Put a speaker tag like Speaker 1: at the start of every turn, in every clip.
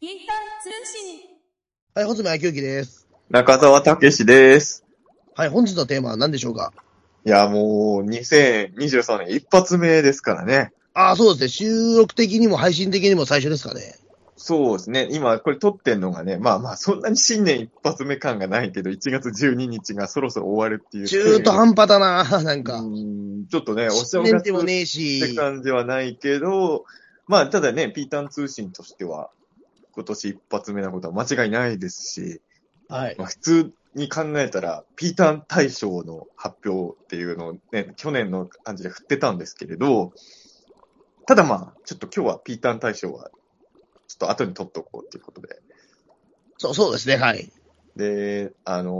Speaker 1: インター通信。
Speaker 2: はい、本爪明之です。
Speaker 3: 中澤武史です。
Speaker 2: はい、本日のテーマは何でしょうか
Speaker 3: いや、もう、2023年一発目ですからね。
Speaker 2: ああ、そうですね。収録的にも配信的にも最初ですかね。
Speaker 3: そうですね。今、これ撮ってんのがね、まあまあ、そんなに新年一発目感がないけど、1月12日がそろそろ終わるっていう。
Speaker 2: 中途半端だなぁ、なんか。
Speaker 3: うーんちょっとね、お
Speaker 2: 新
Speaker 3: 正月
Speaker 2: 年
Speaker 3: っ
Speaker 2: でも
Speaker 3: て
Speaker 2: ねえし。
Speaker 3: 感じはないけど、まあ、ただね、ピーターン通信としては、今年一発目なことは間違いないですし、
Speaker 2: はい。
Speaker 3: まあ、普通に考えたら、ピーターン大賞の発表っていうのをね、去年の感じで振ってたんですけれど、ただまあ、ちょっと今日はピーターン大賞は、ちょっと後に取っとこうっていうことで。
Speaker 2: そう、そうですね、はい。
Speaker 3: で、あの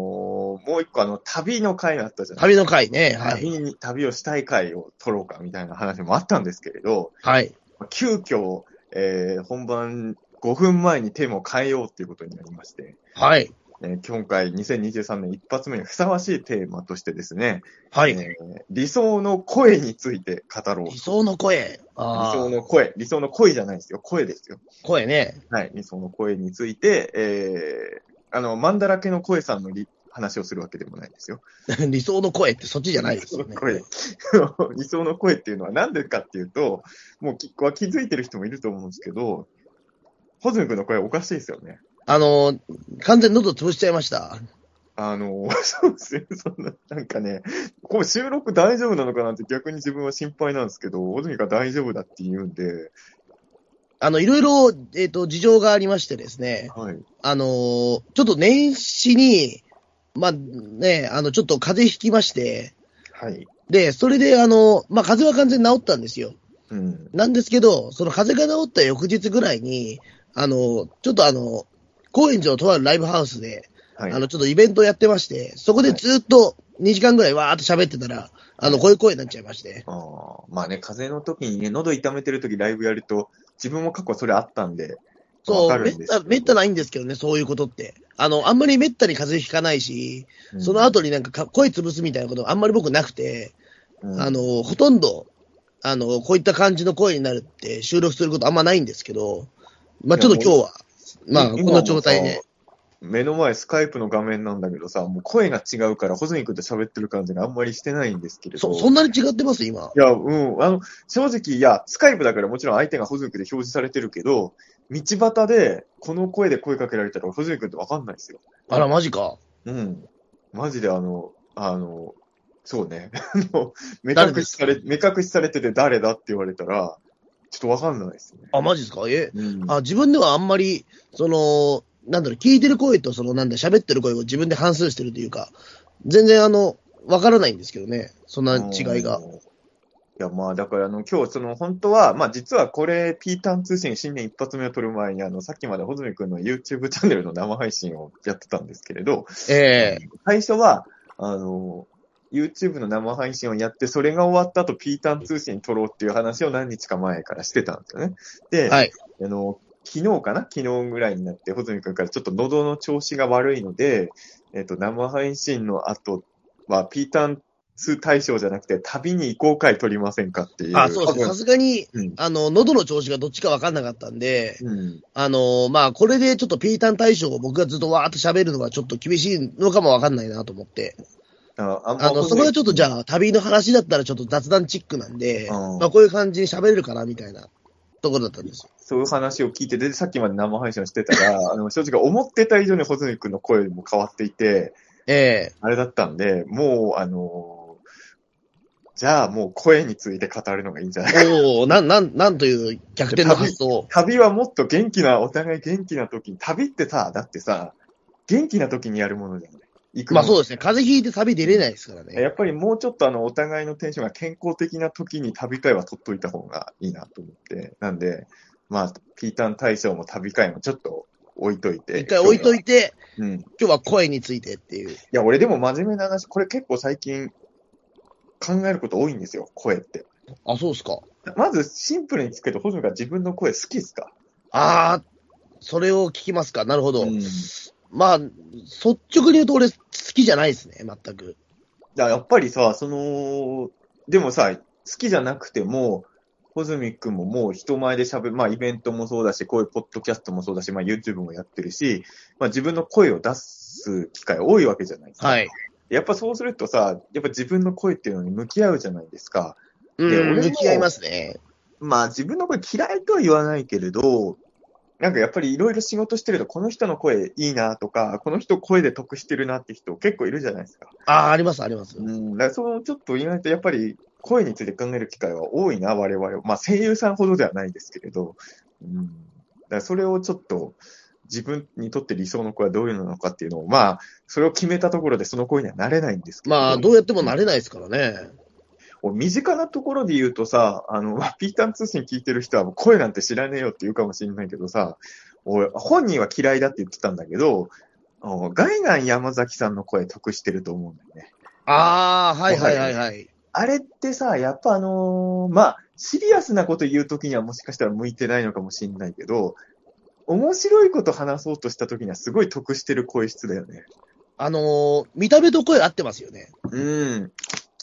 Speaker 3: ーもう一個あの、旅の回があったじゃない
Speaker 2: 旅の回ね、はい。
Speaker 3: 旅に、旅をしたい回を取ろうかみたいな話もあったんですけれど、
Speaker 2: はい。
Speaker 3: 急遽、えー本番5分前にテーマを変えようっていうことになりまして、
Speaker 2: はい。
Speaker 3: えー今回2023年一発目にふさわしいテーマとしてですね、
Speaker 2: はい。
Speaker 3: えー理想の声について語ろう。
Speaker 2: 理想の声。
Speaker 3: 理
Speaker 2: あ
Speaker 3: 想
Speaker 2: あ。
Speaker 3: の声。理想の声じゃないですよ。声ですよ。
Speaker 2: 声ね。
Speaker 3: はい。理想の声について、えー、あの、マンダラケの声さんのり話をするわけでもないですよ。
Speaker 2: 理想の声ってそっちじゃないですよ ね。
Speaker 3: 理想の声。理想の声っていうのは何でかっていうと、もうきは気づいてる人もいると思うんですけど、ホズミ君の声おかしいですよね。
Speaker 2: あのー、完全に喉潰しちゃいました。
Speaker 3: あの、 そうですね。そんな、なんかね、こう収録大丈夫なのかなって逆に自分は心配なんですけど、ホズミが大丈夫だって言うんで、
Speaker 2: あの、いろいろ、えっ、と、事情がありましてですね。
Speaker 3: はい。
Speaker 2: あのーちょっと年始に、まあね、あの、ちょっと風邪ひきまして、
Speaker 3: はい。
Speaker 2: で、それで、あの、まあ、風邪は完全に治ったんですよ。
Speaker 3: うん。
Speaker 2: なんですけど、その風邪が治った翌日ぐらいに、あの、ちょっとあの、高円寺のとあるライブハウスで、
Speaker 3: はい。
Speaker 2: あの、ちょっとイベントをやってまして、そこでずっと2時間ぐらいわーっと喋ってたら、あの、こういう声になっちゃいまして。
Speaker 3: あーまあね、風邪の時にね、喉痛めてる時ライブやると、自分も過去それあったんで、
Speaker 2: そ
Speaker 3: わ
Speaker 2: う、
Speaker 3: か
Speaker 2: め
Speaker 3: る
Speaker 2: っ
Speaker 3: んです
Speaker 2: た、めったないんですけどね、そういうことって。あの、あんまりめったに風邪ひかないし、
Speaker 3: うん
Speaker 2: その、後になんかか声潰すみたいなことあんまり僕なくて、
Speaker 3: うん
Speaker 2: あ、の、ほとんど、あの、こういった感じの声になるって収録することあんまないんですけど、まあちょっと今日は、まあこ
Speaker 3: 今
Speaker 2: の状態で
Speaker 3: もさ。目の前スカイプの画面なんだけどさ、もう声が違うから、ホズミ君と喋ってる感じがあんまりしてないんですけれど。
Speaker 2: そ、そんなに違ってます今。
Speaker 3: いや、うん。あの、正直、いや、スカイプだからもちろん相手がホズミ君で表示されてるけど、道端で、この声で声かけられたら、ホズミ君ってわかんないですよ。
Speaker 2: あら、マジか。
Speaker 3: うん。マジであの、あの、そうね。 あの目
Speaker 2: 誰
Speaker 3: 隠
Speaker 2: で
Speaker 3: し
Speaker 2: す
Speaker 3: され、目隠しされてて誰だって言われたら、ちょっとわかんないですね。
Speaker 2: あ、マジですかえ、
Speaker 3: うん、
Speaker 2: あ、自分ではあんまり、その、なんだろう、聞いてる声と、その、なんだ、喋ってる声を自分で反数してるというか、全然あの、わからないんですけどね。そんな違いが
Speaker 3: う。ん。いや、まあ、だから、あの、今日、その、本当は、まあ、実はこれ、ピーターン通信新年一発目を撮る前に、あの、さっきまで、ホズミ君の YouTube チャンネルの生配信をやってたんですけれど、
Speaker 2: ええ
Speaker 3: 最初は、あの、YouTube の生配信をやって、それが終わった後、ピーターン通信撮ろうっていう話を何日か前からしてたんですよね。で、
Speaker 2: はい
Speaker 3: あの、昨日かな昨日ぐらいになって、ホズミ君からちょっと喉の調子が悪いので、えっ、と、生配信の後は、ピーターン通大賞じゃなくて、旅に行こう会撮りませんかっていう。
Speaker 2: あ、そうですね。さすがに、
Speaker 3: うん
Speaker 2: あの、喉の調子がどっちかわかんなかったんで、
Speaker 3: うん。
Speaker 2: あの、まあ、これでちょっとピータン大賞を僕がずっとわーっと喋るのはちょっと厳しいのかもわかんないなと思って。
Speaker 3: ああんま
Speaker 2: あの、そこはちょっとじ
Speaker 3: あ、
Speaker 2: ゃあ、旅の話だったらちょっと雑談チックなんで、
Speaker 3: うん
Speaker 2: まあ、こういう感じに喋れるかな、みたいなところだったんですよ。
Speaker 3: そういう話を聞いて、で、さっきまで生配信をしてたら、あの、正直思ってた以上にホズミ君の声も変わっていて、
Speaker 2: ええ
Speaker 3: あれだったんで、もう、あのーじゃあもう声について語るのがいいんじゃない
Speaker 2: おおなん、なん、なんという逆転の発想。
Speaker 3: 旅はもっと元気な、お互い元気な時に、旅ってさ、だってさ、元気な時にやるものじゃない行くも
Speaker 2: まあ
Speaker 3: の
Speaker 2: そうですね。風邪ひいて旅出れないですからね。
Speaker 3: やっぱりもうちょっとあの、お互いのテンションが健康的な時に旅会は取っといた方がいいなと思って、なんで、まあ、ピーターン大賞も旅会もちょっと置いといて。
Speaker 2: 一回置いといて、
Speaker 3: うん。
Speaker 2: 今日は声についてっていう。
Speaker 3: いや、俺でも真面目な話、これ結構最近考えること多いんですよ、声って。
Speaker 2: あ、そうですか。
Speaker 3: まずシンプルにつけて、ホズミが自分の声好きですか
Speaker 2: ああ、それを聞きますか。なるほど。
Speaker 3: ん。じ
Speaker 2: まあ、率直に言うと俺好きじゃないですね、全く。
Speaker 3: ゃあやっぱりさ、その、でもさ、好きじゃなくても、ホズミ君ももう人前で喋る、まあイベントもそうだし、こういうポッドキャストもそうだし、まあ YouTube もやってるし、まあ自分の声を出す機会多いわけじゃないですか。
Speaker 2: はい。
Speaker 3: やっぱそうするとさ、やっぱ自分の声っていうのに向き合うじゃないですか。
Speaker 2: うん、
Speaker 3: 俺も
Speaker 2: 向き合いますね。
Speaker 3: まあ自分の声嫌いとは言わないけれど、なんかやっぱりいろいろ仕事してると、この人の声いいなとか、この人声で得してるなって人結構いるじゃないですか。
Speaker 2: ああ、あります、あります。
Speaker 3: うん。だからそのちょっと意外とやっぱり声について考える機会は多いな、我々。まあ声優さんほどではないですけれど。うん。だからそれをちょっと自分にとって理想の声はどういうのなのかっていうのを、まあ、それを決めたところでその声にはなれないんですけど。
Speaker 2: まあ、どうやってもなれないですからね。
Speaker 3: 俺身近なところで言うとさ、あの、まあピーターン通信聞いてる人はもう声なんて知らねえよって言うかもしれないけどさ、俺、本人は嫌いだって言ってたんだけど、おガイガン山崎さんの声得してると思うんだよね。
Speaker 2: ああ、はいはいはいはい。
Speaker 3: あれってさ、やっぱあのーまあ、シリアスなこと言うときにはもしかしたら向いてないのかもしれないけど、面白いこと話そうとしたときにはすごい得してる声質だよね。
Speaker 2: あのー見た目と声合ってますよね。
Speaker 3: うん。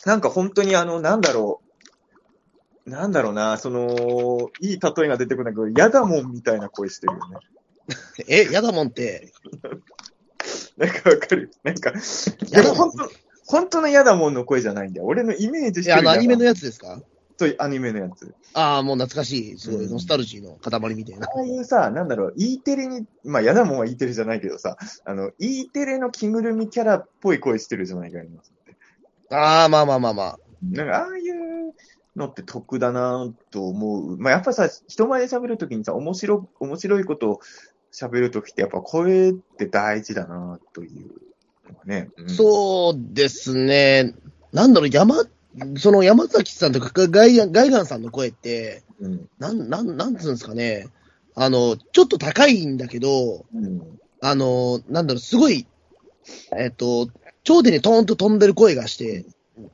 Speaker 3: なんか本当にあの、なんだろう。なんだろうな、その、いい例えが出てこないけど、ヤダモンみたいな声してるよね。
Speaker 2: え、やだもんって。
Speaker 3: なんかわかるなんか、で
Speaker 2: ヤダ
Speaker 3: も
Speaker 2: モン
Speaker 3: 本当、本当のヤダモンの声じゃないんだよ。俺のイメージして
Speaker 2: え、
Speaker 3: る
Speaker 2: あの、アニメの
Speaker 3: や
Speaker 2: やつですか
Speaker 3: つ。そうアニメのやつ。
Speaker 2: ああ、もう懐かしい。すご
Speaker 3: う
Speaker 2: い、
Speaker 3: ん
Speaker 2: ノスタルジーの塊みたいな。
Speaker 3: ああいうさ、なんだろう、E テレに、まあ、ヤダモンは E テレじゃないけどさ、あの、E テレの着ぐるみキャラっぽい声してるじゃないか、今。
Speaker 2: ああ、まあまあまあまあ。
Speaker 3: なんか、ああいうのって得だなと思う。まあ、やっぱさ、人前で喋るときにさ、面白、面白いことを喋るときって、やっぱ声って大事だなというのがね。うん
Speaker 2: そうですね。なんだろう、山、その山崎さんとかガイガンガイガンさんの声って、
Speaker 3: うん。
Speaker 2: なん、なん、なんつうんですかね。あの、ちょっと高いんだけど、
Speaker 3: うん。
Speaker 2: あの、なんだろう、すごい、えっと、頂点にトーンと飛んでる声がして、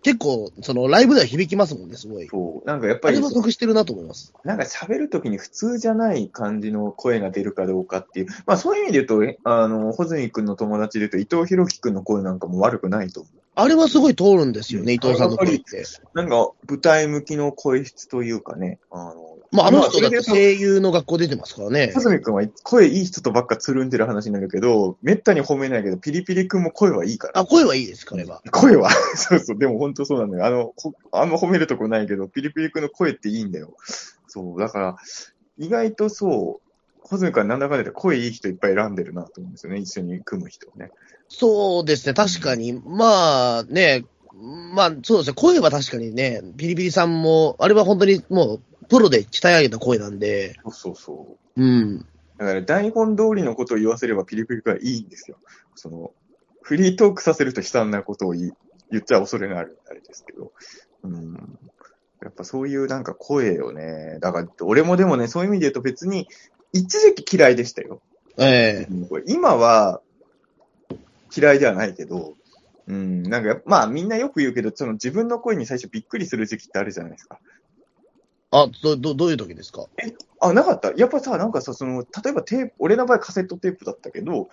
Speaker 2: 結構、その、ライブでは響きますもんね、すごい。
Speaker 3: そう。なんかやっ
Speaker 2: あ
Speaker 3: ぱり
Speaker 2: れ、も得してるなと思います。
Speaker 3: なんか喋るときに普通じゃない感じの声が出るかどうかっていう。まあ、そういう意味で言うと、えあの、ホズミ君の友達で言うと、伊藤博樹君の声なんかも悪くないと思う。
Speaker 2: あれはすごい通るんですよね、伊藤さんの声って。
Speaker 3: なんか、舞台向きの声質というかね。あの、
Speaker 2: まあ、あの
Speaker 3: そ
Speaker 2: 人
Speaker 3: れ
Speaker 2: だっ
Speaker 3: で
Speaker 2: て声優の学校出てますからね
Speaker 3: さ。ずみくんは声いい人とばっかつるんでる話になるけど、めったに褒めないけど、ピリピリくんも声はいいから。
Speaker 2: あ、声はいいです、彼は。
Speaker 3: 声は そうそう、でも本当そうなんだよ。あの、ほあんま褒めるとこないけど、ピリピリくんの声っていいんだよ。そう、だから、意外とそう、ホズミくんはなんだかんだで声いい人いっぱい選んでるなと思うんですよね。一緒に組む人をね。
Speaker 2: そうですね、確かに。まあね、まあそうですね、声は確かにね、ピリピリさんも、あれは本当にもう、プロで鍛え上げた声なんで、
Speaker 3: そうそうそう。
Speaker 2: うん。
Speaker 3: だから台本通りのことを言わせればピリピリくんはいいんですよ。その、フリートークさせると悲惨なことを言い言っちゃ恐れがあるあれですけど。うん。やっぱそういうなんか声をね、だから俺もでもね、そういう意味で言うと別に、一時期嫌いでしたよ。
Speaker 2: ええ
Speaker 3: 今は嫌いではないけど、うん、なんかやっぱまあみんなよく言うけど、その自分の声に最初びっくりする時期ってあるじゃないですか。
Speaker 2: あ、ど、ど、どういう時ですか
Speaker 3: あ、なかった。やっぱさ、なんかさ、その、例えばテープ、俺の場合カセットテープだったけど、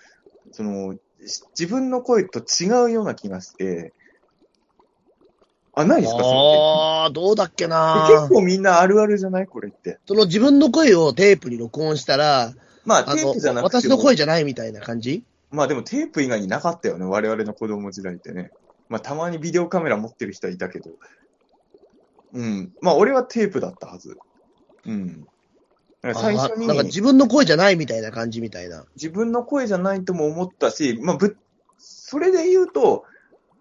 Speaker 3: その、し自分の声と違うような気がして、あ、ないですかその
Speaker 2: ああ、どうだっけ
Speaker 3: テー
Speaker 2: な
Speaker 3: プ結構みんなあるあるじゃないこれって。
Speaker 2: その自分の声をテープに録音したら、
Speaker 3: まあ、
Speaker 2: あ
Speaker 3: テー
Speaker 2: の
Speaker 3: プじゃな、くても。
Speaker 2: 私の声じゃないみたいな感じ
Speaker 3: まあでもテープ以外になかったよね。我々の子供時代ってね。まあたまにビデオカメラ持ってる人はいたけど。うん。まあ俺はテープだったはず。うん。だから最初に
Speaker 2: あなんか自分の声じゃないみたいな感じみたいな。
Speaker 3: 自分の声じゃないとも思ったし、まあ、ぶそれで言うと、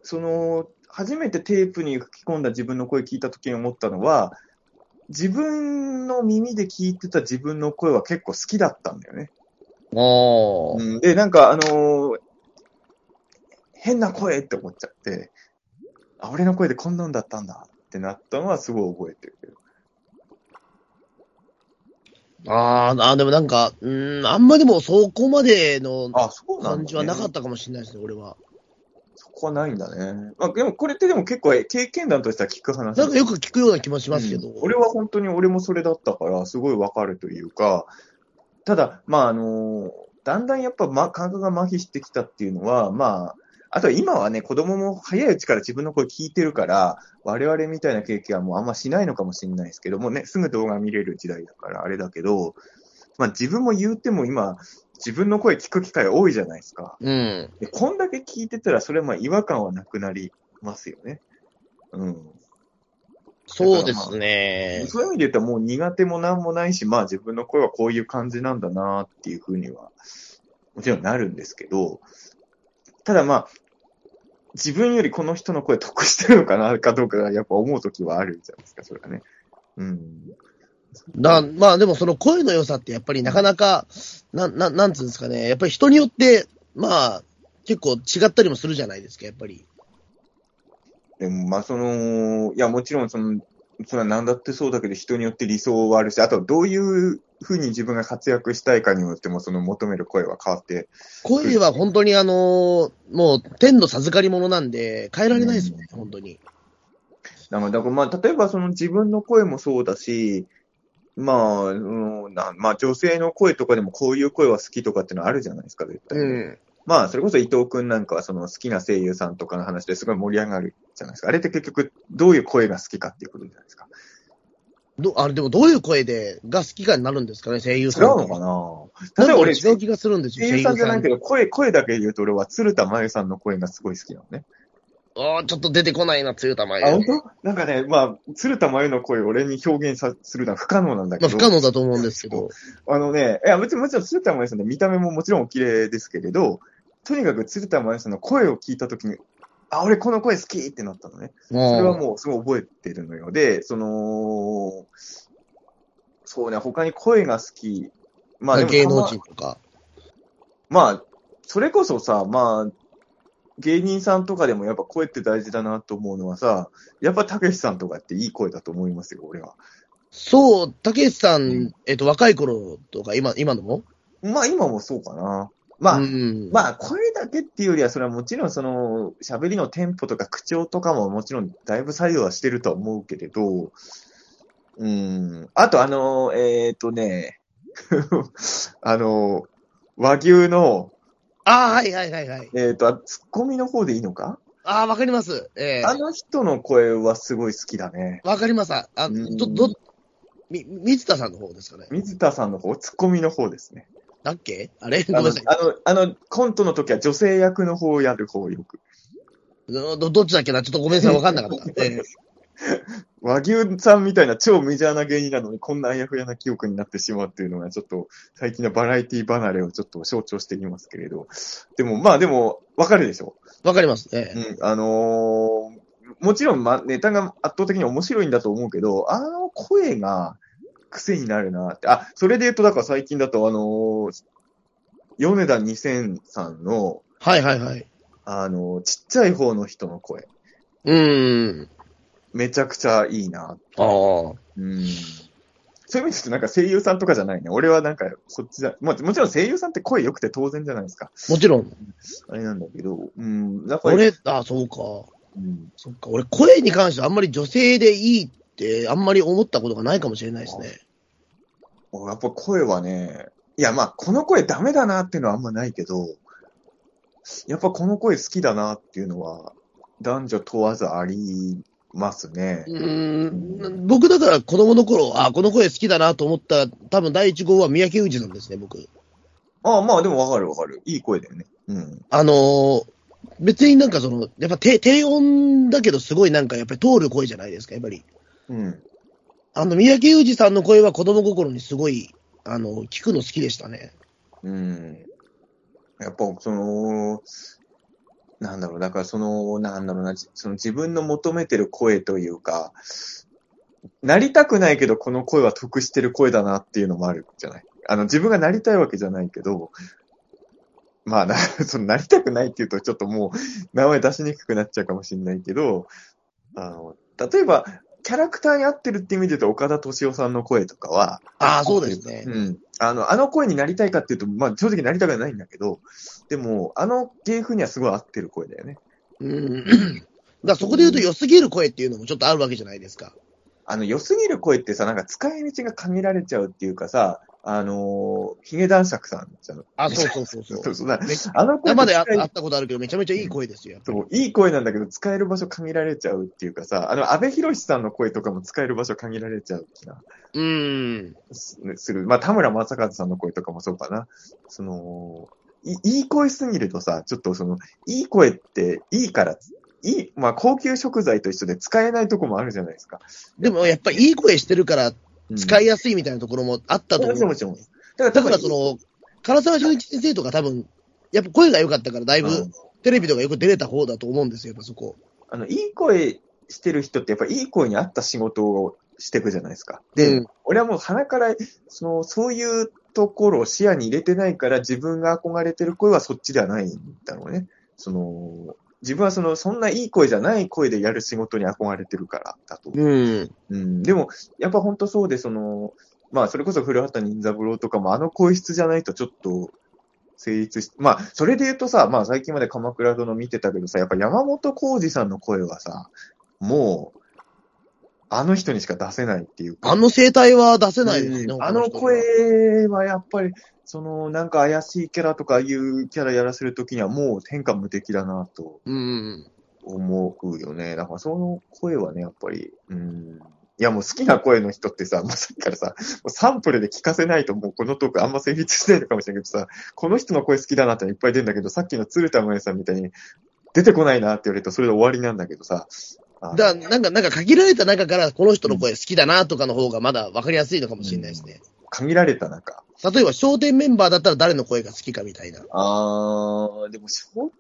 Speaker 3: その、初めてテープに吹き込んだ自分の声聞いた時に思ったのは、自分の耳で聞いてた自分の声は結構好きだったんだよね。
Speaker 2: おー。
Speaker 3: うん、で、なんか、あのー変な声って思っちゃって、あ、俺の声でこんなんだったんだってなったのはすごい覚えてるけど。
Speaker 2: あーあー、でもなんか、うーん、あんまでもそこまでの
Speaker 3: あ、そうなんだ、ね。
Speaker 2: 感じはなかったかもしれないですね、俺は。
Speaker 3: そこはないんだね。まあ、でもこれってでも結構経験談としては聞く話
Speaker 2: なんかよく聞くような気もしますけど。
Speaker 3: うん俺は本当に俺もそれだったから、すごいわかるというか、ただ、まああの、だんだんやっぱ、ま、感覚が麻痺してきたっていうのは、まあ、あとは今はね、子供も早いうちから自分の声聞いてるから、我々みたいな経験はもうあんましないのかもしれないですけどもね、すぐ動画見れる時代だからあれだけど、まあ自分も言うても今、自分の声聞く機会多いじゃないですか。
Speaker 2: うん。
Speaker 3: で、こんだけ聞いてたら、それはまあ違和感はなくなりますよね。うん。
Speaker 2: そうですね。
Speaker 3: そういう意味で言ったらもう苦手もなんもないし、まあ自分の声はこういう感じなんだなっていうふうには、もちろんなるんですけど、ただまあ、自分よりこの人の声得してるのかなかどうかがやっぱ思うときはあるじゃないですか、それはね。うん。
Speaker 2: だまあでもその声の良さってやっぱりなかなか、な、ななんつうんですかね。やっぱり人によって、まあ、結構違ったりもするじゃないですか、やっぱり。
Speaker 3: でもまあその、いやもちろんその、それは何だってそうだけど人によって理想はあるし、あとどういうふうに自分が活躍したいかによってもその求める声は変わって
Speaker 2: 声は本当にあのもう天の授かり物なんで、変えられないですよね、本当に。
Speaker 3: だから、だからまあ、例えばその自分の声もそうだし、まあ、うんなまあ、女性の声とかでもこういう声は好きとかってのあるじゃないですか、絶対。
Speaker 2: うん。
Speaker 3: まあ、それこそ伊藤くんなんかはその好きな声優さんとかの話ですごい盛り上がるじゃないですか。あれって結局どういう声が好きかっていうことじゃないですか。
Speaker 2: どあれでもどういう声でが好きかになるんですかね、声優
Speaker 3: 違
Speaker 2: さん。
Speaker 3: うの
Speaker 2: な
Speaker 3: かな例え
Speaker 2: ん
Speaker 3: ば
Speaker 2: か俺
Speaker 3: 俺、
Speaker 2: 違う
Speaker 3: 声
Speaker 2: 気がするんですよ、声
Speaker 3: 優
Speaker 2: 優
Speaker 3: さんじゃ
Speaker 2: さ
Speaker 3: ない
Speaker 2: ん
Speaker 3: け。ど、声、声だけで言うと俺は鶴田真由さんの声がすごい好きなのね。
Speaker 2: ああ、ちょっと出てこないな、つゆたま
Speaker 3: あ、本当？なんかね、まあ、鶴田真由の声を俺に表現さするのは不可能なんだけ
Speaker 2: まあ、
Speaker 3: ど。
Speaker 2: 不可能だと思うんですけど。
Speaker 3: あのね、いや、別にもちろん鶴田真由さんの見た目ももちろんお綺麗ですけれど、とにかく鶴田真由さんの声を聞いたときに、あ、俺この声好きってなったのね。
Speaker 2: そ
Speaker 3: それ
Speaker 2: れ
Speaker 3: はもうすごい覚えてるのよ。で、その、そうね、他に声が好き。まあでも
Speaker 2: 芸能
Speaker 3: た
Speaker 2: 人とか。
Speaker 3: ままあ、それこそさ、まあ、芸人さんとかでもやっぱ声って大事だなと思うのはさ、やっぱたけしさんとかっていい声だと思いますよ、俺は。
Speaker 2: そう、たけしさ、
Speaker 3: うん
Speaker 2: えっと、若い頃とか、今、今のも
Speaker 3: まあ今もそうかな。まあ、
Speaker 2: うん。
Speaker 3: まあ、声だけっていうよりは、それはもちろん、その、喋りのテンポとか口調とかももちろん、だいぶ作用はしてるとは思うけれど、うん、あと、あの、えっ、とね、 あの、和牛の、
Speaker 2: ああ、はいはいはいはい。
Speaker 3: えっ、と、あツッコミの方でいいのか、
Speaker 2: ああ、わかります。ええ
Speaker 3: あの人の声はすごい好きだね。
Speaker 2: わかります。あ、あ
Speaker 3: うん
Speaker 2: ど、ど、み、水田さんの方ですかね。
Speaker 3: 水田さんの方、ツッコミの方ですね。
Speaker 2: だっけあれごめ
Speaker 3: あ
Speaker 2: ん
Speaker 3: の
Speaker 2: なさい、。
Speaker 3: あの、あのコントの時は女性役の方をやる方よく。
Speaker 2: ど、どっちだっけなちょっとごめんなさい、わかんなかった。ええ
Speaker 3: 和牛さんみたいな超メジャーな芸人なのにこんなあやふやな記憶になってしまうっていうのがちょっと最近のバラエティ離れをちょっと象徴していますけれど。でもまあでもわかるでしょ。
Speaker 2: わかります。ええ
Speaker 3: うん。あのーもちろん、ま、ネタが圧倒的に面白いんだと思うけど、あの声が癖になるなって。あ、それで言うとだから最近だとあのー米田2000さんの
Speaker 2: はいはいはい。
Speaker 3: あのーちっちゃい方の人の声。
Speaker 2: うーん。
Speaker 3: めちゃくちゃいいな
Speaker 2: ああ。
Speaker 3: うんそういう意味で言うとなんか声優さんとかじゃないね。俺はなんか、そっちだ、まあ、もちろん声優さんって声良くて当然じゃないですか。
Speaker 2: もちろん。
Speaker 3: あれなんだけど、うん、なんか、
Speaker 2: 俺、ああ、そうか。
Speaker 3: うん、
Speaker 2: そっか。俺、声に関してあんまり女性でいいって、あんまり思ったことがないかもしれないですね。
Speaker 3: やっぱ声はね、いやまあ、この声ダメだなっていうのはあんまないけど、やっぱこの声好きだなっていうのは、男女問わずありますね。
Speaker 2: うーん僕だから子供の頃、あこの声好きだなと思った、多分第一号は三宅裕司なんですね、僕。
Speaker 3: ああ、まあでもわかるわかる。いい声だよね。うん。
Speaker 2: あのー別になんかその、やっぱ低低音だけどすごいなんかやっぱり通る声じゃないですか、やっぱり。
Speaker 3: うん。
Speaker 2: あの、三宅裕司さんの声は子供心にすごい、あの、聞くの好きでしたね。
Speaker 3: うん。やっぱ、その、なんだろう、だからその、なんだろうな、じその自分の求めてる声というか、なりたくないけど、この声は得してる声だなっていうのもあるじゃない。あの、自分がなりたいわけじゃないけど、まあな、 そのなりたくないっていうと、ちょっともう、名前出しにくくなっちゃうかもしれないけど、あの、例えば、キャラクターに合ってるって意味で言うと、岡田敏夫さんの声とかは、
Speaker 2: ああ、そうですね。
Speaker 3: うん。あの、あの声になりたいかっていうと、まあ正直なりたくはないんだけど、でも、あの芸風にはすごい合ってる声だよね。
Speaker 2: うん。 だからそこで言うと良すぎる声っていうのもちょっとあるわけじゃないですか。
Speaker 3: あの、良すぎる声ってさ、なんか使い道が限られちゃうっていうかさ、あのー、ヒゲ男爵さんじゃん。
Speaker 2: あ、そうそうそう そう。
Speaker 3: そうそうだ
Speaker 2: めっちゃ
Speaker 3: あの声
Speaker 2: 生で
Speaker 3: 使
Speaker 2: あ
Speaker 3: い
Speaker 2: 会ったことあるけど、めちゃめちゃいい声ですよ。
Speaker 3: そういい声なんだけど、使える場所限られちゃうっていうかさ、あの、安部寛さんの声とかも使える場所限られちゃう気が
Speaker 2: うーん。
Speaker 3: すする。まあ、田村正和さんの声とかもそうかな。その、いいい声すぎるとさ、ちょっとその、いい声っていいから、いい、まあ、高級食材と一緒で使えないとこもあるじゃないですか。
Speaker 2: でもやっぱりいい声してるから使
Speaker 3: い
Speaker 2: いやすいみたいなところもあったと思う。
Speaker 3: もちろん。だ
Speaker 2: だからそ、の、唐沢俊一先生とか多分、やっぱ声が良かったから、だい
Speaker 3: うん
Speaker 2: ぶテレビとかよく出れた方だと思うんですよ、やっぱそこ。
Speaker 3: あの、いい声してる人って、やっぱいい声に合った仕事をしていくじゃないですか。で、
Speaker 2: うん
Speaker 3: 俺はもう鼻から、その、そういうところを視野に入れてないから、自分が憧れてる声はそっちではないんだろうね。その、自分はその、そんないい声じゃない声でやる仕事に憧れてるからだと。
Speaker 2: うん。
Speaker 3: うん。でも、やっぱ本当そうで、その、まあ、それこそ古畑任三郎とかも、あの声質じゃないとちょっと、成立し、まあ、それで言うとさ、まあ、最近まで鎌倉殿見てたけどさ、やっぱ山本浩二さんの声はさ、もう、あの人にしか出せないっていうか
Speaker 2: あの声帯は出せないですね
Speaker 3: う。ん
Speaker 2: 他
Speaker 3: あの
Speaker 2: 人とか。
Speaker 3: 声はやっぱり、その、なんか怪しいキャラとかいうキャラやらせるときには、もう天下無敵だなと
Speaker 2: うん。
Speaker 3: 思うよね。だからその声はね、やっぱり、うん。いやもう好きな声の人ってさ、もうさっきからさ、もうサンプルで聞かせないともうこのトークあんま成立しないのかもしれないけどさ、この人の声好きだなってのいっぱい出るんだけど、さっきの鶴田真由さんみたいに出てこないなって言われるとそれで終わりなんだけどさ。あの
Speaker 2: だからなんか、なんか限られた中から、この人の声好きだなとかの方がまだ分かりやすいのかもしれないですね。
Speaker 3: 限られた中。
Speaker 2: 例えば、笑点メンバーだったら誰の声が好きかみたいな。
Speaker 3: あー、でも焦点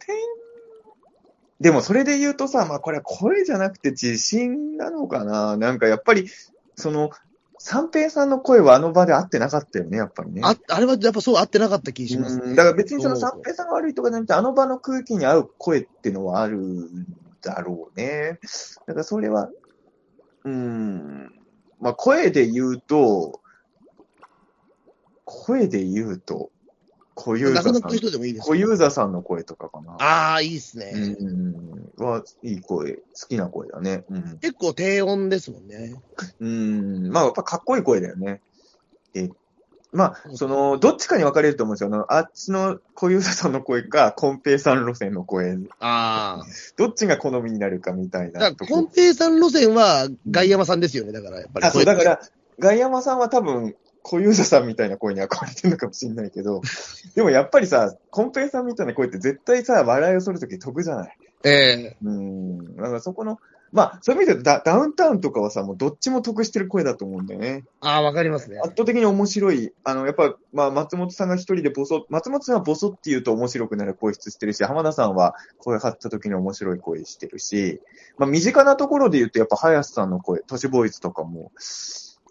Speaker 3: でもそれで言うとさ、まあこれは声じゃなくて自信なのかななんかやっぱり、その、三平さんの声はあの場で合ってなかったよね、やっぱりね。
Speaker 2: あ、あれはやっぱそう合ってなかった気がします
Speaker 3: う
Speaker 2: ね。
Speaker 3: んだから別にその
Speaker 2: そう
Speaker 3: 三平さんが悪いとかじゃなくて、あの場の空気に合う声ってのはあるんだろうね。だからそれは、うん、まあ声で言うと、声で言うと、小遊
Speaker 2: 亡
Speaker 3: 三さ
Speaker 2: く
Speaker 3: ん
Speaker 2: なった人でもいいです
Speaker 3: 小
Speaker 2: か
Speaker 3: 遊三さんの声とかかな。
Speaker 2: ああ、いいですね。
Speaker 3: うん。は、いい声、好きな声だね。うん。
Speaker 2: 結構低音ですもんね。
Speaker 3: うん。まあ、やっぱかっこいい声だよね。え、まあ、その、どっちかに分かれると思うんですよ。あの、あっちの小遊三さんの声か、コンペイさん路線の声。
Speaker 2: ああ。
Speaker 3: どっちが好みになるかみたい
Speaker 2: だ
Speaker 3: な
Speaker 2: か
Speaker 3: と
Speaker 2: ら、コン
Speaker 3: こ。
Speaker 2: ペイさん路線は外山さんですよね。だから、やっぱり。
Speaker 3: あ、そう、だか。ら、外山さんは多分、小遊三さんみたいな声に憧れてるのかもしれないけど、でもやっぱりさ、コンペイさんみたいな声って絶対さ、笑いをするとき飛ぶじゃない。
Speaker 2: ええ
Speaker 3: うん。だからそこの、まあ、そういう意味でダダウンタウンとかはさ、もうどっちも得してる声だと思うんだよね。
Speaker 2: ああ、わかりますね。
Speaker 3: 圧倒的に面白い。あの、やっぱ、まあ、松本さんが一人でボソ、松本さんはボソって言うと面白くなる声質してるし、浜田さんは声張った時に面白い声してるし、まあ、身近なところで言うと、やっぱ、林さんの声、都市ボーイズとかも、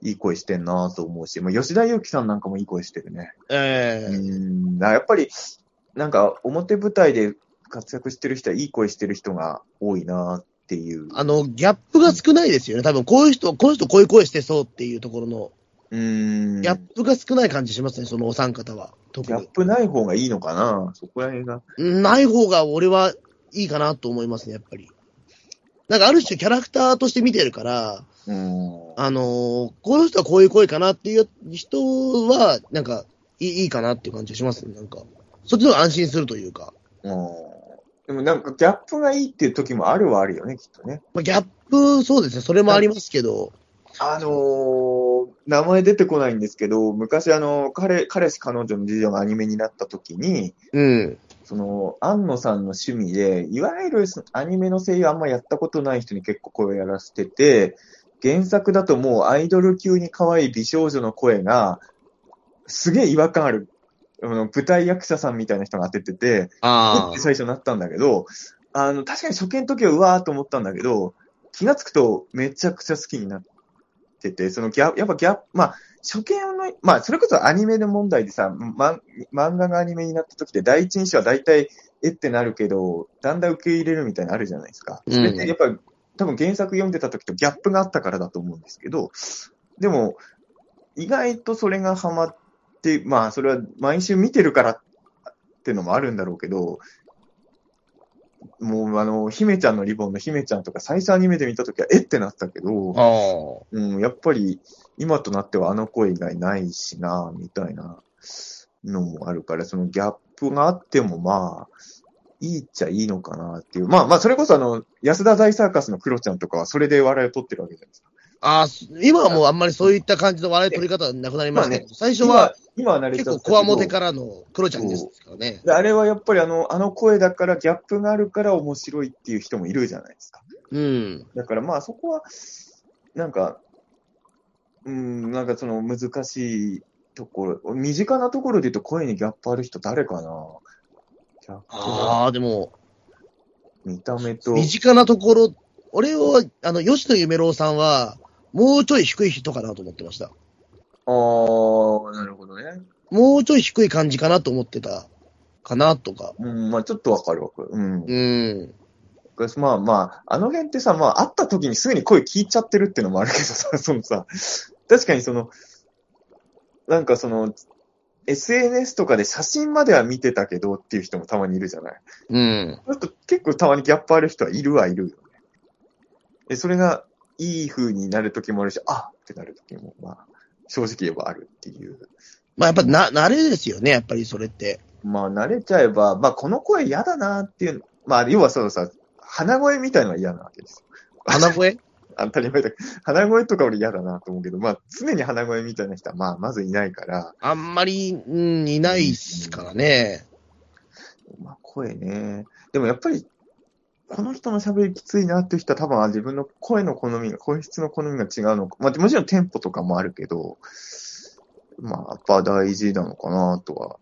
Speaker 3: いい声してんなと思うし、まあ、吉田裕樹さんなんかもいい声してるね。
Speaker 2: ええ
Speaker 3: うん、だからやっぱり、なんか表舞台で活躍してる人は、いい声してる人が多いなっていう。
Speaker 2: あの、ギャップが少ないですよね。多分、こういう人、この人こういう声してそうっていうところの、
Speaker 3: うん。
Speaker 2: ギャップが少ない感じしますね。そのお三方は。特
Speaker 3: ギャッ
Speaker 2: に。
Speaker 3: プない方がいいのかなそこら辺が。
Speaker 2: ない方が俺はいいかなと思いますね、やっぱり。なんかある種キャラクターとして見てるから、
Speaker 3: うん。
Speaker 2: あのーこの人はこういう声かなっていう人は、なんかいい、いいかなっていう感じがしますね、なんか。そっちの方が安心するというか。
Speaker 3: うんでもなんかギャップがいいっていう時もあるはあるよね、きっとね。
Speaker 2: まあ、ギャップ、そうですね、それもありますけど、
Speaker 3: あのー、名前出てこないんですけど、昔あの、彼、彼氏彼女の事情がアニメになった時に、
Speaker 2: うん。
Speaker 3: その、安野さんの趣味で、いわゆるそのアニメの声優あんまやったことない人に結構声をやらせてて、原作だともうアイドル級に可愛い美少女の声が、すげえ違和感ある。あの舞台役者さんみたいな人が当ててて、
Speaker 2: あ
Speaker 3: って最初なったんだけど、あの、確かに初見の時はうわーと思ったんだけど、気がつくとめちゃくちゃ好きになってて、そのギャ、やっぱギャ、まあ、初見の、まあ、それこそアニメの問題でさ、ま、漫画がアニメになった時って第一印象は大体、えってなるけど、だんだん受け入れるみたいなのあるじゃないですか。
Speaker 2: うん
Speaker 3: それってやっぱり、多分原作読んでた時とギャップがあったからだと思うんですけど、でも、意外とそれがハマって、まあ、それは毎週見てるからってのもあるんだろうけど、もうあの、姫ちゃんのリボンの姫ちゃんとか最初アニメで見たときは、えってなったけど
Speaker 2: あ。、ああ。
Speaker 3: うん、やっぱり、今となってはあの声以外ないしな、みたいなのもあるから、そのギャップがあってもまあ、いいっちゃいいのかなっていう。まあまあ、それこそあの、安田大サーカスのクロちゃんとかはそれで笑いを取ってるわけじゃないですか。
Speaker 2: ああ、す今はもうあんまりそういった感じの笑い取り方はなくなりましたけど、最初は、
Speaker 3: 今は慣れ
Speaker 2: 結
Speaker 3: ちゃった
Speaker 2: 構
Speaker 3: けど
Speaker 2: コアモテからのクロちゃんですからね。
Speaker 3: であれはやっぱりあの、あの声だからギャップがあるから面白いっていう人もいるじゃないですか。
Speaker 2: うん。
Speaker 3: だからまあそこは、なんか、うん、なんかその難しいところ、身近なところで言うと声にギャップある人誰かなギャップが
Speaker 2: ああ、でも、
Speaker 3: 見た目と。
Speaker 2: 身近なところ、俺は、あの、吉野夢郎さんは、もうちょい低い人かなと思ってました。
Speaker 3: ああ、なるほどね。
Speaker 2: もうちょい低い感じかなと思ってた。かなとか。
Speaker 3: うん、まあちょっとわかるわかる。うん。
Speaker 2: うん。
Speaker 3: まあまあ、あの辺ってさ、まあ会った時にすぐに声聞いちゃってるっていうのもあるけどさ、 そのさ、確かにその、なんかその、SNS とかで写真までは見てたけどっていう人もたまにいるじゃない。
Speaker 2: うん。
Speaker 3: ちょっと結構たまにギャップある人はいるはいるよね。で、それがいい風になる時もあるし、あってなる時も、まあ、正直言えばあるっていう。
Speaker 2: まあやっぱな、慣れですよね、やっぱりそれって。
Speaker 3: まあ、慣れちゃえば、まあ、この声嫌だなっていう、まあ、要はそのさ、鼻声みたいのは嫌なわけですよ。
Speaker 2: 鼻声
Speaker 3: 当たり前だけど、鼻声とか俺嫌だなと思うけど、まあ、常に鼻声みたいな人は、まあ、まずいないから、
Speaker 2: あんまり、うん、いないっすからね。
Speaker 3: まあ、声ね。でもやっぱり、この人の喋りきついなっていう人は多分あ自分の声の好みが、声質の好みが違うのか。まあ、もちろんテンポとかもあるけど、まあ、やっぱ大事なのかなとは。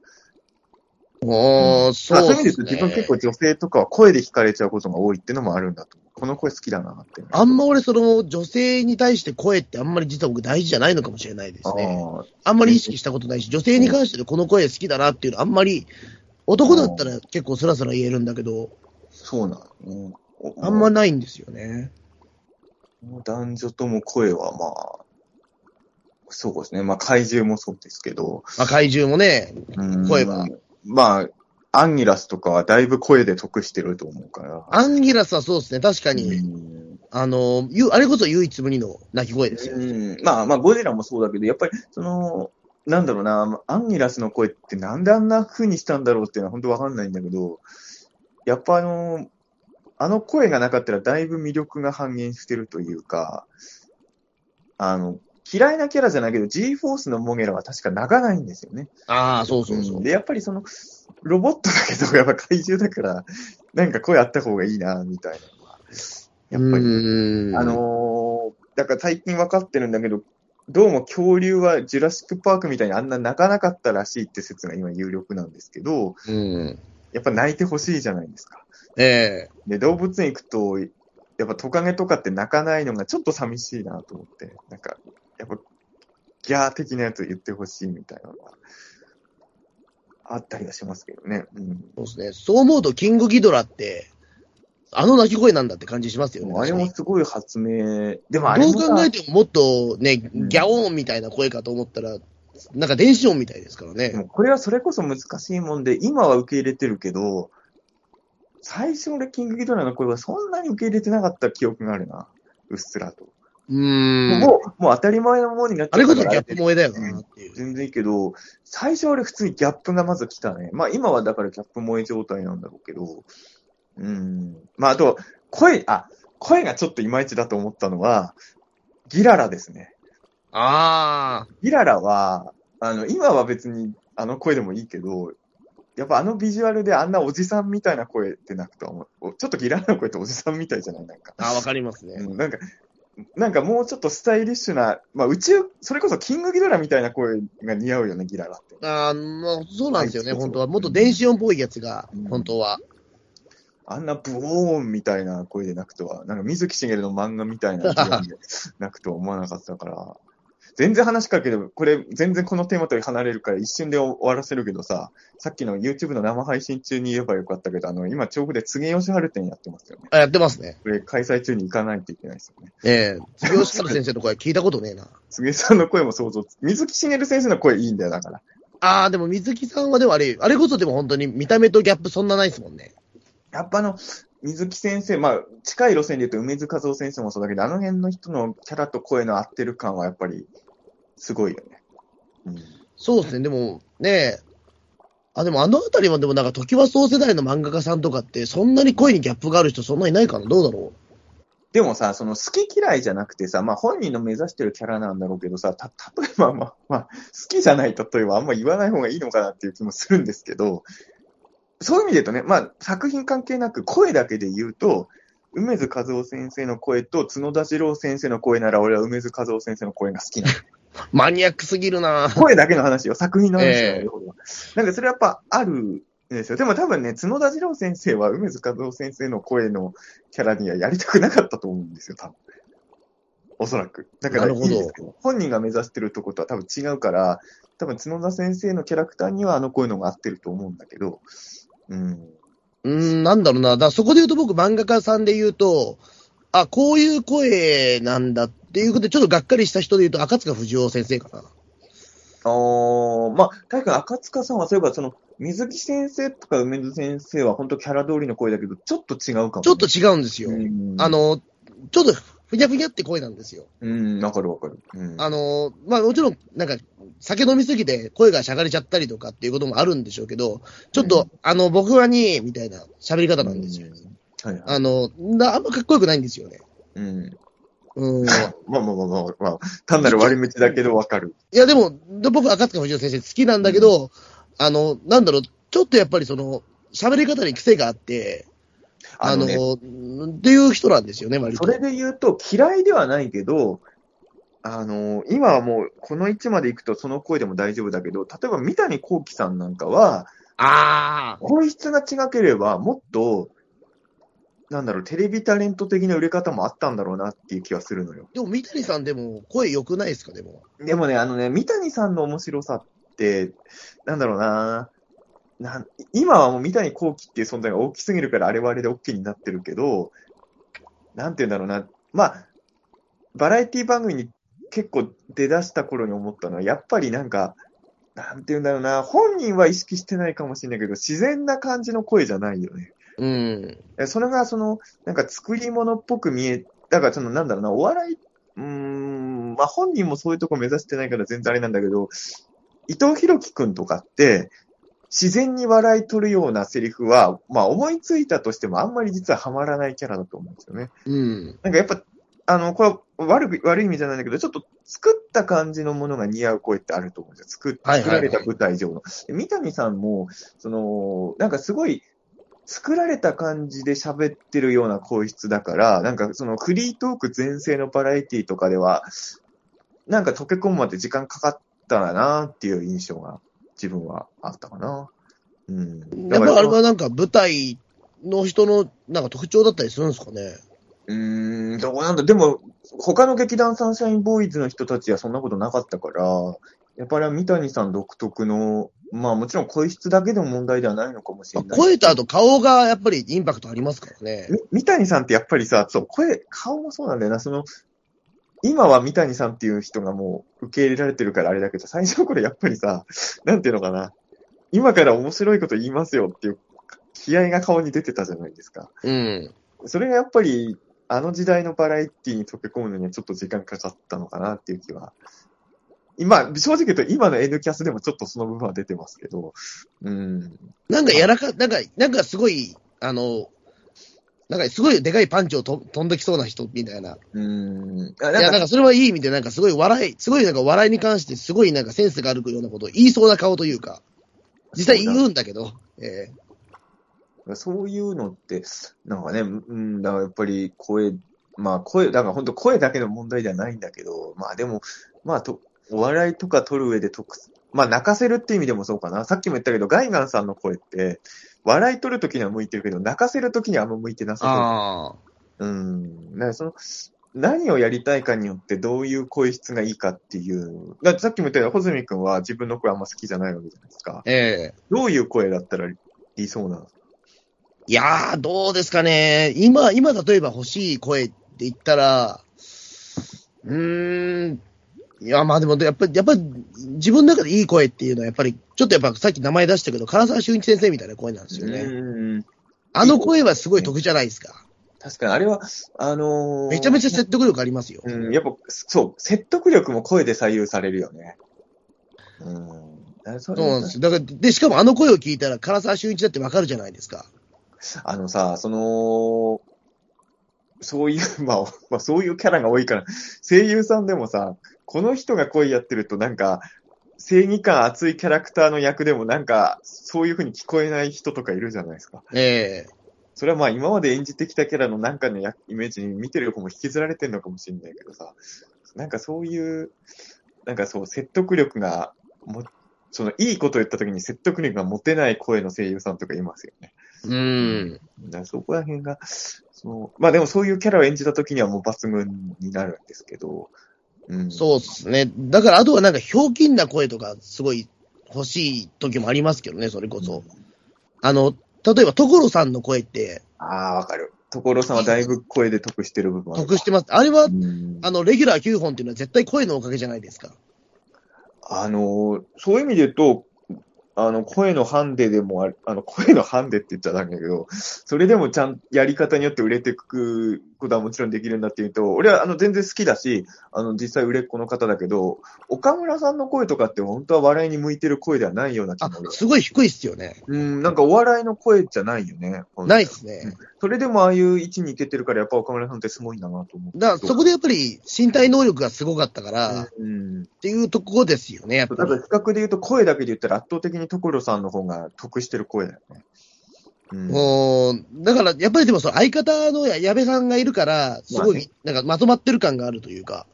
Speaker 2: おー、
Speaker 3: まあそう
Speaker 2: そう
Speaker 3: いう
Speaker 2: で
Speaker 3: 意味です言う
Speaker 2: ね。
Speaker 3: と、自分結構女性とかは声で惹かれちゃうことが多いっていうのもあるんだと思う。この声好きだなって。
Speaker 2: あんま俺、その、女性に対して声ってあんまり実は僕大事じゃないのかもしれないですね。
Speaker 3: ああ
Speaker 2: あんまり意識したことないし、女性に関してこの声好きだなっていうのあんまり、男だったら結構スラスラ言えるんだけど、
Speaker 3: そうなの、ね。
Speaker 2: あんまないんですよね。
Speaker 3: 男女とも声はまあ、そうですね。まあ、怪獣もそうですけど、
Speaker 2: まあ、怪獣もね、
Speaker 3: うん
Speaker 2: 声は。
Speaker 3: まあ、アンギラスとかはだいぶ声で得してると思うから。
Speaker 2: アンギラスはそうですね、確かに、
Speaker 3: うん
Speaker 2: あの、ゆあれこそ唯一無二の鳴き声ですよ。
Speaker 3: うんまあまあ、ゴジラもそうだけど、やっぱり、その、なんだろうな、アンギラスの声ってなんであんな風にしたんだろうっていうのは本当わかんないんだけど、やっぱあの、あの声がなかったらだいぶ魅力が半減してるというか、あの、嫌いなキャラじゃないけど、G-Force のモゲラは確か泣かないんですよね。
Speaker 2: ああ、そうそうそう。
Speaker 3: で、やっぱりその、ロボットだけど、やっぱ怪獣だから、なんか声あった方がいいな、みたいなのは。やっぱり、
Speaker 2: り
Speaker 3: あ、のーだから最近分かってるんだけど、どうも恐竜はジュラシックパークみたいにあんな泣かなかったらしいって説が今有力なんですけど、
Speaker 2: うん。
Speaker 3: やっぱ泣いてほしいじゃないですか。
Speaker 2: ええ
Speaker 3: で、動物園行くと、やっぱトカゲとかって泣かないのがちょっと寂しいなと思って、なんか、やっぱ、ギャー的なやつ言ってほしいみたいなのがあったりはしますけどね。うん。
Speaker 2: そうですね。そう思うと、キングギドラって、あの鳴き声なんだって感じしますよね。
Speaker 3: あれも
Speaker 2: 確
Speaker 3: すごい発明。でも
Speaker 2: か
Speaker 3: あ
Speaker 2: に
Speaker 3: れ
Speaker 2: ど
Speaker 3: も
Speaker 2: う
Speaker 3: さ
Speaker 2: 考えてももっとね、
Speaker 3: うん
Speaker 2: ギャオーンみたいな声かと思ったら、なんか電子音みたいですから
Speaker 3: で
Speaker 2: ね。
Speaker 3: もこれはそれこそ難しいもんで、今は受け入れてるけど、最初俺キングギドラの声はそんなに受け入れてなかった記憶があるな。うっすらと。
Speaker 2: うーん。
Speaker 3: もう、もう当たり前のものになっちゃ
Speaker 2: あ
Speaker 3: っ
Speaker 2: れこ
Speaker 3: たか
Speaker 2: そギ
Speaker 3: ら
Speaker 2: ャップ萌えだよなっていう。
Speaker 3: 全然いいけど、最初俺普通にギャップがまず来たね。まあ今はだからギャップ萌え状態なんだろうけど、うん。まああと、声、あ、声がちょっといまいちだと思ったのは、ギララですね。
Speaker 2: ああ。
Speaker 3: ギララは、あの、今は別にあの声でもいいけど、やっぱあのビジュアルであんなおじさんみたいな声ってなくとは思う。ちょっとギララの声っておじさんみたいじゃないなんか。
Speaker 2: ああ、わかりますね。
Speaker 3: うんなんか、なんかもうちょっとスタイリッシュな、まあ宇宙、それこそキングギドラみたいな声が似合うよね、ギララって。
Speaker 2: ああ、まあ、そうなんですよね、
Speaker 3: はい
Speaker 2: 本当は。もっと電子音っぽいやつが
Speaker 3: うん、
Speaker 2: 本当は。
Speaker 3: あんなブオーンみたいな声でなくとは、なんか水木しげるの漫画みたいな声でなくとは思わなかったから、全然話変わるけど、これ全然このテーマと離れるから一瞬で終わらせるけどさ、さっきの YouTube の生配信中に言えばよかったけど、あの、今調布で次吉春展やってますよね。
Speaker 2: あやってますね。
Speaker 3: これ開催中に行かないといけないですよね。
Speaker 2: ええ次吉原先生の声聞いたことねえな。
Speaker 3: 杉江さんの声も想像つ、水木しげる先生の声いいんだよ、だから。
Speaker 2: ああ、でも水木さんはでもあれ、あれこそでも本当に見た目とギャップそんなないですもんね。
Speaker 3: やっぱあの、水木先生、まあ、近い路線で言うと梅津和夫先生もそうだけど、あの辺の人のキャラと声の合ってる感はやっぱりすごいよね。うん。
Speaker 2: そうですね、でもね、あ、でもあのあたりはでもなんか、時は総世代の漫画家さんとかって、そんなに声にギャップがある人そんなにいないかなどうだろ
Speaker 3: でもさ、その好き嫌いじゃなくてさ、まあ本人の目指してるキャラなんだろうけどさ、た、例えばまあ、まあ、好きじゃない例えばあんま言わない方がいいのかなっていう気もするんですけど、そういう意味で言うとね、まあ作品関係なく声だけで言うと、梅津和夫先生の声と角田次郎先生の声なら俺は梅津和夫先生の声が好きなの
Speaker 2: うマニアックすぎるな
Speaker 3: 声だけの話よ、作品の話よ、
Speaker 2: ええ
Speaker 3: なんかそれやっぱあるんですよ。でも多分ね、角田二郎先生は梅津和夫先生の声のキャラにはやりたくなかったと思うんですよ、多分。おそらく。だから
Speaker 2: ないる
Speaker 3: い
Speaker 2: ほ
Speaker 3: で
Speaker 2: ど
Speaker 3: すけど、本人が目指してるとことは多分違うから、多分角田先生のキャラクターにはあの声のが合ってると思うんだけど、うん。
Speaker 2: うーん、なんだろうな。だからそこで言うと僕、漫画家さんで言うと、あ、こういう声なんだっていうことで、ちょっとがっかりした人で言うと、赤塚不二夫先生かな。
Speaker 3: あー、まあ、確かに赤塚さんはそういえば、その、水木先生とか梅津先生は本当キャラ通りの声だけど、ちょっと違うかもね、
Speaker 2: ちょっと違うんですよ。
Speaker 3: うん
Speaker 2: あの、ちょっと、ふにゃふにゃって声なんですよ。
Speaker 3: うん、わかるわかる。うん、
Speaker 2: あの、まあもちろん、なんか、酒飲みすぎて声がしゃがれちゃったりとかっていうこともあるんでしょうけど、ちょっと、
Speaker 3: うん
Speaker 2: あの、僕はに、みたいな喋り方なんですよ。
Speaker 3: うんはいはい。
Speaker 2: あの、なあんまかっこよくないんですよね。
Speaker 3: うん。
Speaker 2: うん。い
Speaker 3: まあまあまあまあ、まあ、単なる割り道だけどわかる。
Speaker 2: や、でも、で僕、赤塚不二夫先生好きなんだけど、あの、なんだろう、ちょっとやっぱりその、喋り方に癖があって、あ
Speaker 3: あ
Speaker 2: の、
Speaker 3: のね、
Speaker 2: うんっていう人なんですよね、割と。
Speaker 3: それで言うと嫌いではないけど、あの、今はもうこの位置まで行くとその声でも大丈夫だけど、例えば三谷幸喜さんなんかは、
Speaker 2: ああ、
Speaker 3: 本質が違ければもっと、なんだろう、テレビタレント的な売れ方もあったんだろうなっていう気はするのよ。
Speaker 2: でも、三谷さんでも声良くないですか、でも。
Speaker 3: でもね、あのね、三谷さんの面白さって、なんだろうななん今はもう三谷幸喜っていう存在が大きすぎるから、あれはあれで OK になってるけど、なんて言うんだろうな、まあ、バラエティ番組に結構出だした頃に思ったのは、やっぱりなんか、なんて言うんだろうな、本人は意識してないかもしれないけど、自然な感じの声じゃないよね。
Speaker 2: うん。
Speaker 3: えそれが、その、なんか作り物っぽく見え、だから、その、なんだろうな、お笑い、うーん、まあ、本人もそういうとこ目指してないから全然あれなんだけど、伊藤博樹くんとかって、自然に笑い取るようなセリフは、まあ、思いついたとしても、あんまり実はハマらないキャラだと思うんですよね。
Speaker 2: うん。
Speaker 3: なんかやっぱ、あの、これは悪く、悪い意味じゃないんだけど、ちょっと作った感じのものが似合う声ってあると思うんですよ。作っ
Speaker 2: はいはい
Speaker 3: 作られた舞台上の。で三谷さんも、その、なんかすごい、作られた感じで喋ってるような声質だから、なんかそのフリートーク全盛のバラエティとかでは、なんか溶け込むまで時間かかったなっていう印象が自分はあったかな。うん。
Speaker 2: やっぱあれ
Speaker 3: う
Speaker 2: はなんか舞台の人のなんか特徴だったりするんですかね。
Speaker 3: ーん、どうなんだ。でも、他の劇団サンシャインボーイズの人たちはそんなことなかったから、やっぱり三谷さん独特の、まあもちろん声質だけでも問題ではないのかもしれない。
Speaker 2: 声とあと顔がやっぱりインパクトありますからね。
Speaker 3: み三谷さんってやっぱりさ、そう、声、顔もそうなんだよな、その、今は三谷さんっていう人がもう受け入れられてるからあれだけど、最初の頃やっぱりさ、なんていうのかな、今から面白いこと言いますよっていう気合が顔に出てたじゃないですか。
Speaker 2: うん。
Speaker 3: それがやっぱり、あの時代のバラエティに溶け込むのにはちょっと時間かかったのかなっていう気は。今、正直言うと今の N キャスでもちょっとその部分は出てますけど、うん。
Speaker 2: なんかやらか、なんか、なんかすごい、あの、なんかすごいでかいパンチをと飛んできそうな人みたいな。
Speaker 3: うん。
Speaker 2: いや、なんかそれはいい意味で、なんかすごい笑い、すごいなんか笑いに関してすごいなんかセンスがあるようなことを言いそうな顔というか、実際言うんだけど、え
Speaker 3: そういうのって、なんかね、うん、だからやっぱり声、まあ声、だから本当声だけの問題ではないんだけど、まあでも、まあと、お笑いとか撮る上で特、まあ泣かせるって意味でもそうかな。さっきも言ったけど、ガイガンさんの声って、笑い撮るときには向いてるけど、泣かせるときにはあんま向いてな
Speaker 2: ー、
Speaker 3: さ
Speaker 2: ああ。
Speaker 3: そう。うん。だからその、何をやりたいかによってどういう声質がいいかっていう。だってさっきも言ったように、穂積君は自分の声あんま好きじゃないわけじゃないですか。
Speaker 2: ええ
Speaker 3: どういう声だったら理想なの
Speaker 2: いやー、どうですかね。今、今例えば欲しい声って言ったら、うーん、いや、まあでも、やっぱり、やっぱり、自分の中でいい声っていうのは、やっぱり、ちょっとやっぱさっき名前出したけど、唐沢俊一先生みたいな声なんですよね。
Speaker 3: うん。
Speaker 2: あの声はすごい得じゃないですか。
Speaker 3: 確かに、あれは、あのー
Speaker 2: めちゃめちゃ説得力ありますよ。
Speaker 3: うん、やっぱ、そう、説得力も声で左右されるよね。うん。
Speaker 2: そ
Speaker 3: そ
Speaker 2: うなんですよ。だから、で、しかもあの声を聞いたら、唐沢俊一だってわかるじゃないですか。
Speaker 3: あのさ、その、そういう、 まあ、まあ、そういうキャラが多いから、声優さんでもさ、この人が声やってるとなんか、正義感熱いキャラクターの役でもなんか、そういう風に聞こえない人とかいるじゃないですか。
Speaker 2: ええ
Speaker 3: それはまあ今まで演じてきたキャラのなんかのやイメージに見てる子も引きずられてるのかもしれないけどさ、なんかそういう、なんかそう説得力がも、そのいいこと言った時に説得力が持てない声の声優さんとかいますよね。
Speaker 2: うん。
Speaker 3: だからそこら辺が、そのまあでもそういうキャラを演じた時にはもう抜群になるんですけど、うん、
Speaker 2: そうですね。だから、あとはなんか、ひょうきんな声とか、すごい欲しい時もありますけどね、それこそ。あの、例えば、所さんの声って、
Speaker 3: ああ、わかる。所さんはだいぶ声で得してる部分はある
Speaker 2: 得してます。あれは、
Speaker 3: うん
Speaker 2: あの、レギュラー9本っていうのは絶対声のおかげじゃないですか。
Speaker 3: あのーそういう意味で言うと、あの、声のハンデでもある、あの、声のハンデって言っちゃダメだけど、それでもちゃん、やり方によって売れていくことはもちろんできるんだっていうと、俺はあの、全然好きだし、あの、実際売れっ子の方だけど、岡村さんの声とかって本当は笑いに向いてる声ではないような気
Speaker 2: あ
Speaker 3: も俺、は
Speaker 2: すごい低いっすよね。
Speaker 3: うん、なんかお笑いの声じゃないよね。
Speaker 2: ないっすね。
Speaker 3: それでもああいう位置に行けてるから、やっぱ岡村さんってすごいんだなと思う。
Speaker 2: だから、そこでやっぱり身体能力がすごかったから、っ
Speaker 3: うん。
Speaker 2: ていうとこですよね、やっ
Speaker 3: そう
Speaker 2: ぱ
Speaker 3: だか
Speaker 2: り
Speaker 3: ら。比較で言うと、声だけで言ったら圧倒的に所さんの方が得してる声だよね。うん。
Speaker 2: おーだから、やっぱりでもその相方のや矢部さんがいるから、すご
Speaker 3: まあね
Speaker 2: い、なんかまとまってる感があるというか、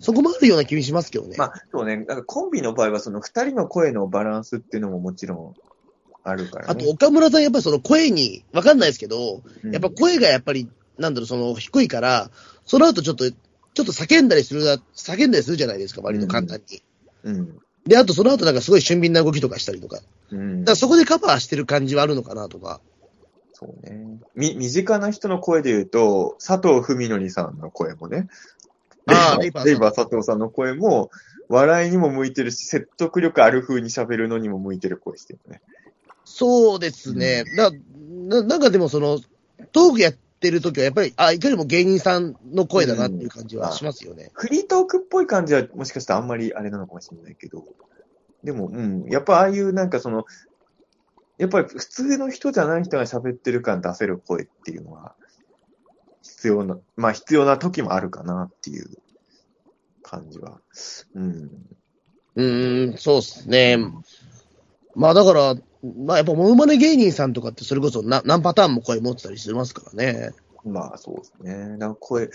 Speaker 2: そこもあるような気にしますけどね。
Speaker 3: まあ、そうね、なんかコンビの場合は、その二人の声のバランスっていうのももちろんあるから、
Speaker 2: あ
Speaker 3: ね。
Speaker 2: と、岡村さん、やっぱりその声に、わかんないですけど、
Speaker 3: うん、
Speaker 2: やっぱ声がやっぱり、なんだろう、その低いから、その後ちょっと、ちょっと叫んだりするな、叫んだりするじゃないですか、割と簡単に。
Speaker 3: うん。
Speaker 2: で、あとその後なんかすごい俊敏な動きとかしたりとか。だ
Speaker 3: うん
Speaker 2: からそこでカバーしてる感じはあるのかなとか。
Speaker 3: そうね。み、身近な人の声で言うと、佐藤文則さんの声もね。
Speaker 2: あー
Speaker 3: レイバー、
Speaker 2: レ
Speaker 3: レ
Speaker 2: イ
Speaker 3: イ
Speaker 2: バ
Speaker 3: バ
Speaker 2: ー
Speaker 3: ー佐藤さんの声も、笑いにも向いてるし、説得力ある風に喋るのにも向いてる声してるね。
Speaker 2: そうですね。だななんかでもその、トークやってる時はやっぱり、あ、いかにも芸人さんの声だなっていう感じはしますよね。
Speaker 3: フリートークっぽい感じはもしかしたらあんまりあれなのかもしれないけど、でも、うん、やっぱああいうなんかその、やっぱり普通の人じゃない人が喋ってる感出せる声っていうのは、必要な、まあ必要な時もあるかなっていう感じは。うん。
Speaker 2: うーん、そうですね。まあだから、まあやっぱモノマネ芸人さんとかってそれこそな何パターンも声持ってたりしますからね。
Speaker 3: まあそうですね。なんか声、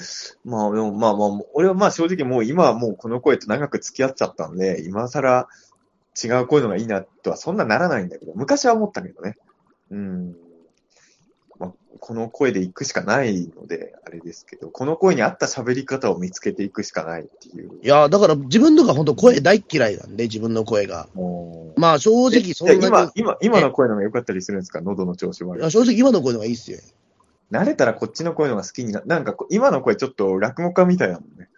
Speaker 3: まあでもまあまあ、俺はまあ正直もう今はもうこの声と長く付き合っちゃったんで、今更違う声のがいいなとはそんなならないんだけど、昔は思ったけどね。うん。まあ、この声で行くしかないので、あれですけど、この声に合った喋り方を見つけていくしかないっていう。
Speaker 2: いや、だから自分とか本当声大っ嫌いなんで、自分の声が。
Speaker 3: もう
Speaker 2: まあ正直そんなに、
Speaker 3: 今、今、今の声の方が良かったりするんですか喉の調子
Speaker 2: い
Speaker 3: 悪い
Speaker 2: や。正直今の声の方がいいっす よ。
Speaker 3: 慣れたらこっちの声の方が好きにな、なんかこ今の声ちょっと落語家みたいだもんね。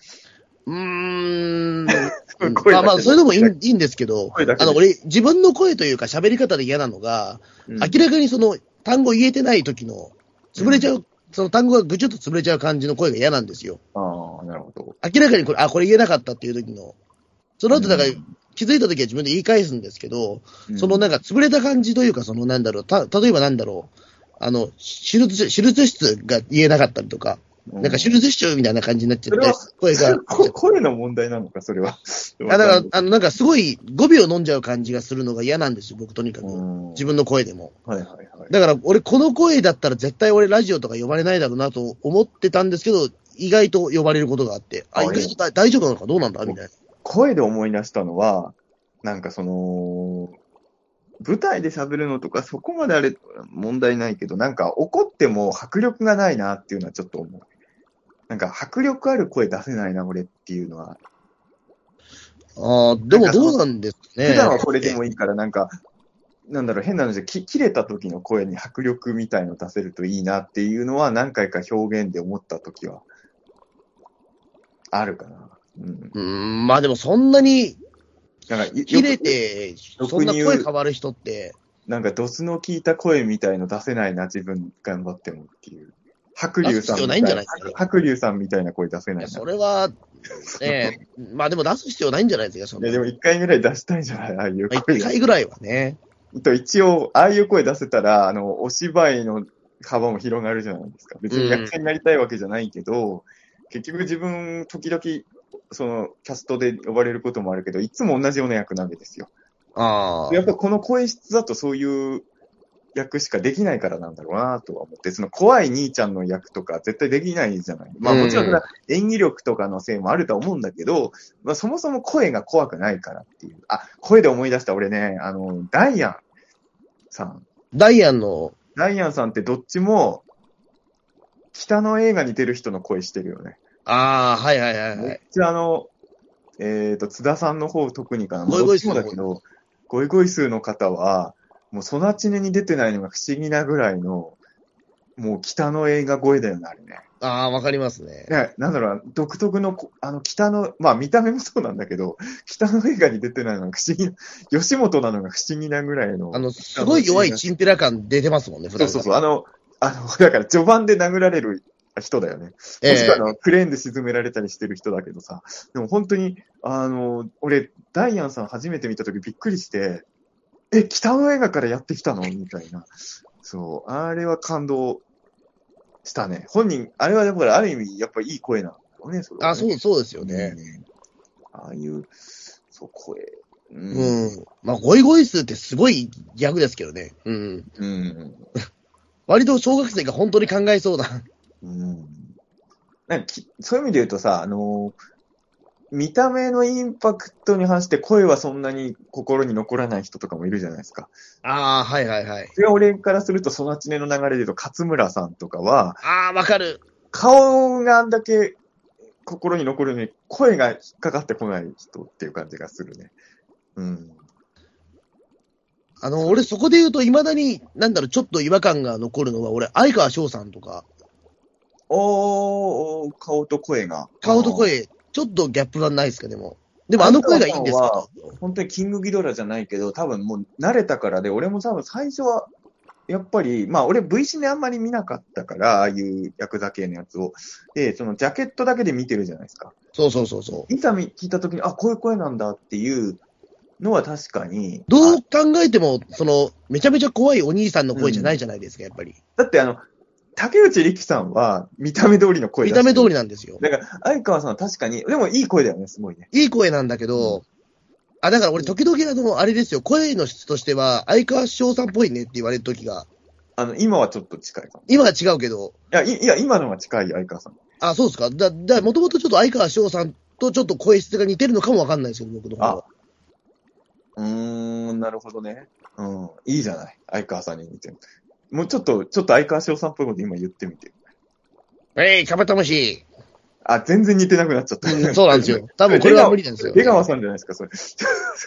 Speaker 2: うーん。
Speaker 3: 声だけ
Speaker 2: まあまあ、それでもいいいいんですけど、
Speaker 3: 声だけ
Speaker 2: あ
Speaker 3: で
Speaker 2: の、俺、自分の声というか喋り方で嫌なのが、
Speaker 3: うん
Speaker 2: 明らかにその単語言えてない時の、潰れちゃう、その単語がぐちゅっと潰れちゃう感じの声が嫌なんですよ。
Speaker 3: ああ、なるほど。
Speaker 2: 明らかにこれ、あ、これ言えなかったっていう時の、その後だから
Speaker 3: う
Speaker 2: 気づいた時は自分で言い返すんですけど、その
Speaker 3: ね
Speaker 2: なんか潰れた感じというか、そのなんだろう、た、例えばなんだろう、あの、手術、手術室が言えなかったりとか、
Speaker 3: な
Speaker 2: なんか手術室みたいな感じになっちゃって、声が。
Speaker 3: 声の問題なのか、それは。
Speaker 2: あだから、あの、なんかすごい語尾を飲んじゃう感じがするのが嫌なんですよ、僕とにかく。
Speaker 3: うん
Speaker 2: 自分の声でも。
Speaker 3: はいはいはい。
Speaker 2: だから、俺、この声だったら絶対俺ラジオとか呼ばれないだろうなと思ってたんですけど、意外と呼ばれることがあって、あ、
Speaker 3: あ
Speaker 2: 意外と大大丈夫なのかどうなんだみたいな。
Speaker 3: 声で思い出したのは、なんかその、舞台で喋るのとか、そこまであれ、問題ないけど、なんか怒っても迫力がないなっていうのはちょっと思う。なんか迫力ある声出せないな、俺っていうのは。
Speaker 2: ああ、でもどうなんですかね。
Speaker 3: 普段はこれでもいいから、なんか、なんだろう、変な話で、き切れた時の声に迫力みたいの出せるといいなっていうのは何回か表現で思った時は、あるかな。うん。
Speaker 2: うーん、まあでもそんなに
Speaker 3: なんか、い
Speaker 2: 切れ
Speaker 3: よく
Speaker 2: て、
Speaker 3: よく
Speaker 2: そんな
Speaker 3: よく
Speaker 2: 声
Speaker 3: 言う
Speaker 2: 変わる人って、
Speaker 3: なんか、ドスの効いた声みたいの出せないな、自分頑張ってもっていう。白龍さん
Speaker 2: 出す必
Speaker 3: みた
Speaker 2: 要ないんじゃないいですか
Speaker 3: 白龍さんみたいな声出せ
Speaker 2: い
Speaker 3: ない
Speaker 2: や
Speaker 3: な。
Speaker 2: それは、 ねえ、まあでも出す必要ないんじゃないですか、そん
Speaker 3: い
Speaker 2: な
Speaker 3: や、でも一回ぐらい出したいじゃないああいう
Speaker 2: まあ
Speaker 3: 声
Speaker 2: 一。回ぐらいはね。
Speaker 3: と一応、ああいう声出せたら、あの、お芝居の幅も広がるじゃないですか。別に役者になりたいわけじゃないけど、結局自分、時々、その、キャストで呼ばれることもあるけど、いつも同じような役なわけですよ。
Speaker 2: あ
Speaker 3: やっぱこの声質だとそういう役しかできないからなんだろうなとは思って、その怖い兄ちゃんの役とか絶対できないじゃない。まあ
Speaker 2: うん
Speaker 3: もちろんそれは演技力とかのせいもあるとは思うんだけど、まあそもそも声が怖くないからっていう。あ、声で思い出した俺ね、あの、ダイアンさん。
Speaker 2: あ。ダイアンの、
Speaker 3: ダイアンさんってどっちも、北の映画に出る人の声してるよね。
Speaker 2: ああ、はいはいはいは
Speaker 3: めっ
Speaker 2: い。
Speaker 3: ちゃあの、えっ、と、津田さんの方特にかな。
Speaker 2: ゴイゴイスー
Speaker 3: どっちもだけど、ゴイゴイスーの方は、もうソナチネに出てないのが不思議なぐらいの、もう北の映画声だよね、あれね。
Speaker 2: ああ、わかりますね。
Speaker 3: ねなんだろうな、独特のこ、あの、北の、まあ見た目もそうなんだけど、北の映画に出てないのが不思議な、 吉本なのが不思議なぐらいの。
Speaker 2: あの、すごい弱いチンピラ感出てますもんね、普
Speaker 3: そう
Speaker 2: 段
Speaker 3: そ
Speaker 2: か
Speaker 3: うそう、
Speaker 2: ら。
Speaker 3: あの、あの、だから序盤で殴られる人だよね。もし
Speaker 2: え
Speaker 3: くはあのクレーンで沈められたりしてる人だけどさ、でも本当に、あの、俺、ダイアンさん初めて見たときびっくりして、え、北の映画からやってきたのみたいな。そう、あれは感動したね。本人、あれはだからある意味、やっぱいい声なんだよね、それ
Speaker 2: え
Speaker 3: はね
Speaker 2: あ、そう、そうですよね。
Speaker 3: うんああいう、そう、声。う。
Speaker 2: うんん。まあ、ゴイゴイスーってすごいギャグですけどね。うん。
Speaker 3: うん。
Speaker 2: 割と小学生が本当に考えそうな。
Speaker 3: うん。なんかきそういう意味で言うとさ、あのー見た目のインパクトに反して声はそんなに心に残らない人とかもいるじゃないですか。
Speaker 2: ああ、はいはいはい。
Speaker 3: それは俺からすると、そのちねの流れで言うと、勝村さんとかは、
Speaker 2: ああ、わかる。
Speaker 3: 顔があんだけ心に残るのに、声が引っかかってこない人っていう感じがするね。うん。
Speaker 2: あの、俺そこで言うと、未だに、なんだろう、ちょっと違和感が残るのは、俺、相川翔さんとか、
Speaker 3: おー、顔と声が。
Speaker 2: 顔と。声、ちょっとギャップがないですか、でも。でも、あの声がいいんですけど。
Speaker 3: 本当にキングギドラじゃないけど、多分もう慣れたからで、俺も多分最初は、やっぱり、まあ俺 V シネあんまり見なかったから、ああいうヤクザ系のやつを。で、そのジャケットだけで見てるじゃないですか。
Speaker 2: そうそうそうそう。
Speaker 3: いざ見聞いた時に、あ、こういう声なんだっていうのは確かに。
Speaker 2: どう
Speaker 3: あ
Speaker 2: 考えても、その、めちゃめちゃ怖いお兄さんの声じゃないじゃないですか、やっぱり。
Speaker 3: だってあの、竹内力さんは見た目通りの声
Speaker 2: 見
Speaker 3: 出して
Speaker 2: た
Speaker 3: る
Speaker 2: 目通りなんですよ。
Speaker 3: だから、相川さんは確かに、でもいい声だよね、すごいね。
Speaker 2: いい声なんだけど、あ、だから俺、時々、あの、あれですよ、声の質としては、相川翔さんっぽいねって言われる時が、
Speaker 3: あの、今はちょっと近いかも。い
Speaker 2: 今は違うけど、
Speaker 3: や、いいや、今のは近い、相川さん。
Speaker 2: あ、そうですか。だ、だ、もともとちょっと相川翔さんとちょっと声質が似てるのかもわかんないですけど、僕の方は。
Speaker 3: うーん、なるほどね。うん、いいじゃない。相川さんに似てる。もうちょっと、ちょっと相川翔さんっぽいこと今言ってみて。
Speaker 2: えい、カバタムシ。
Speaker 3: あ、全然似てなくなっちゃった。
Speaker 2: うんそうなんです よ。多分これは無理なんですよ。
Speaker 3: 出川さんじゃないですか、それ。す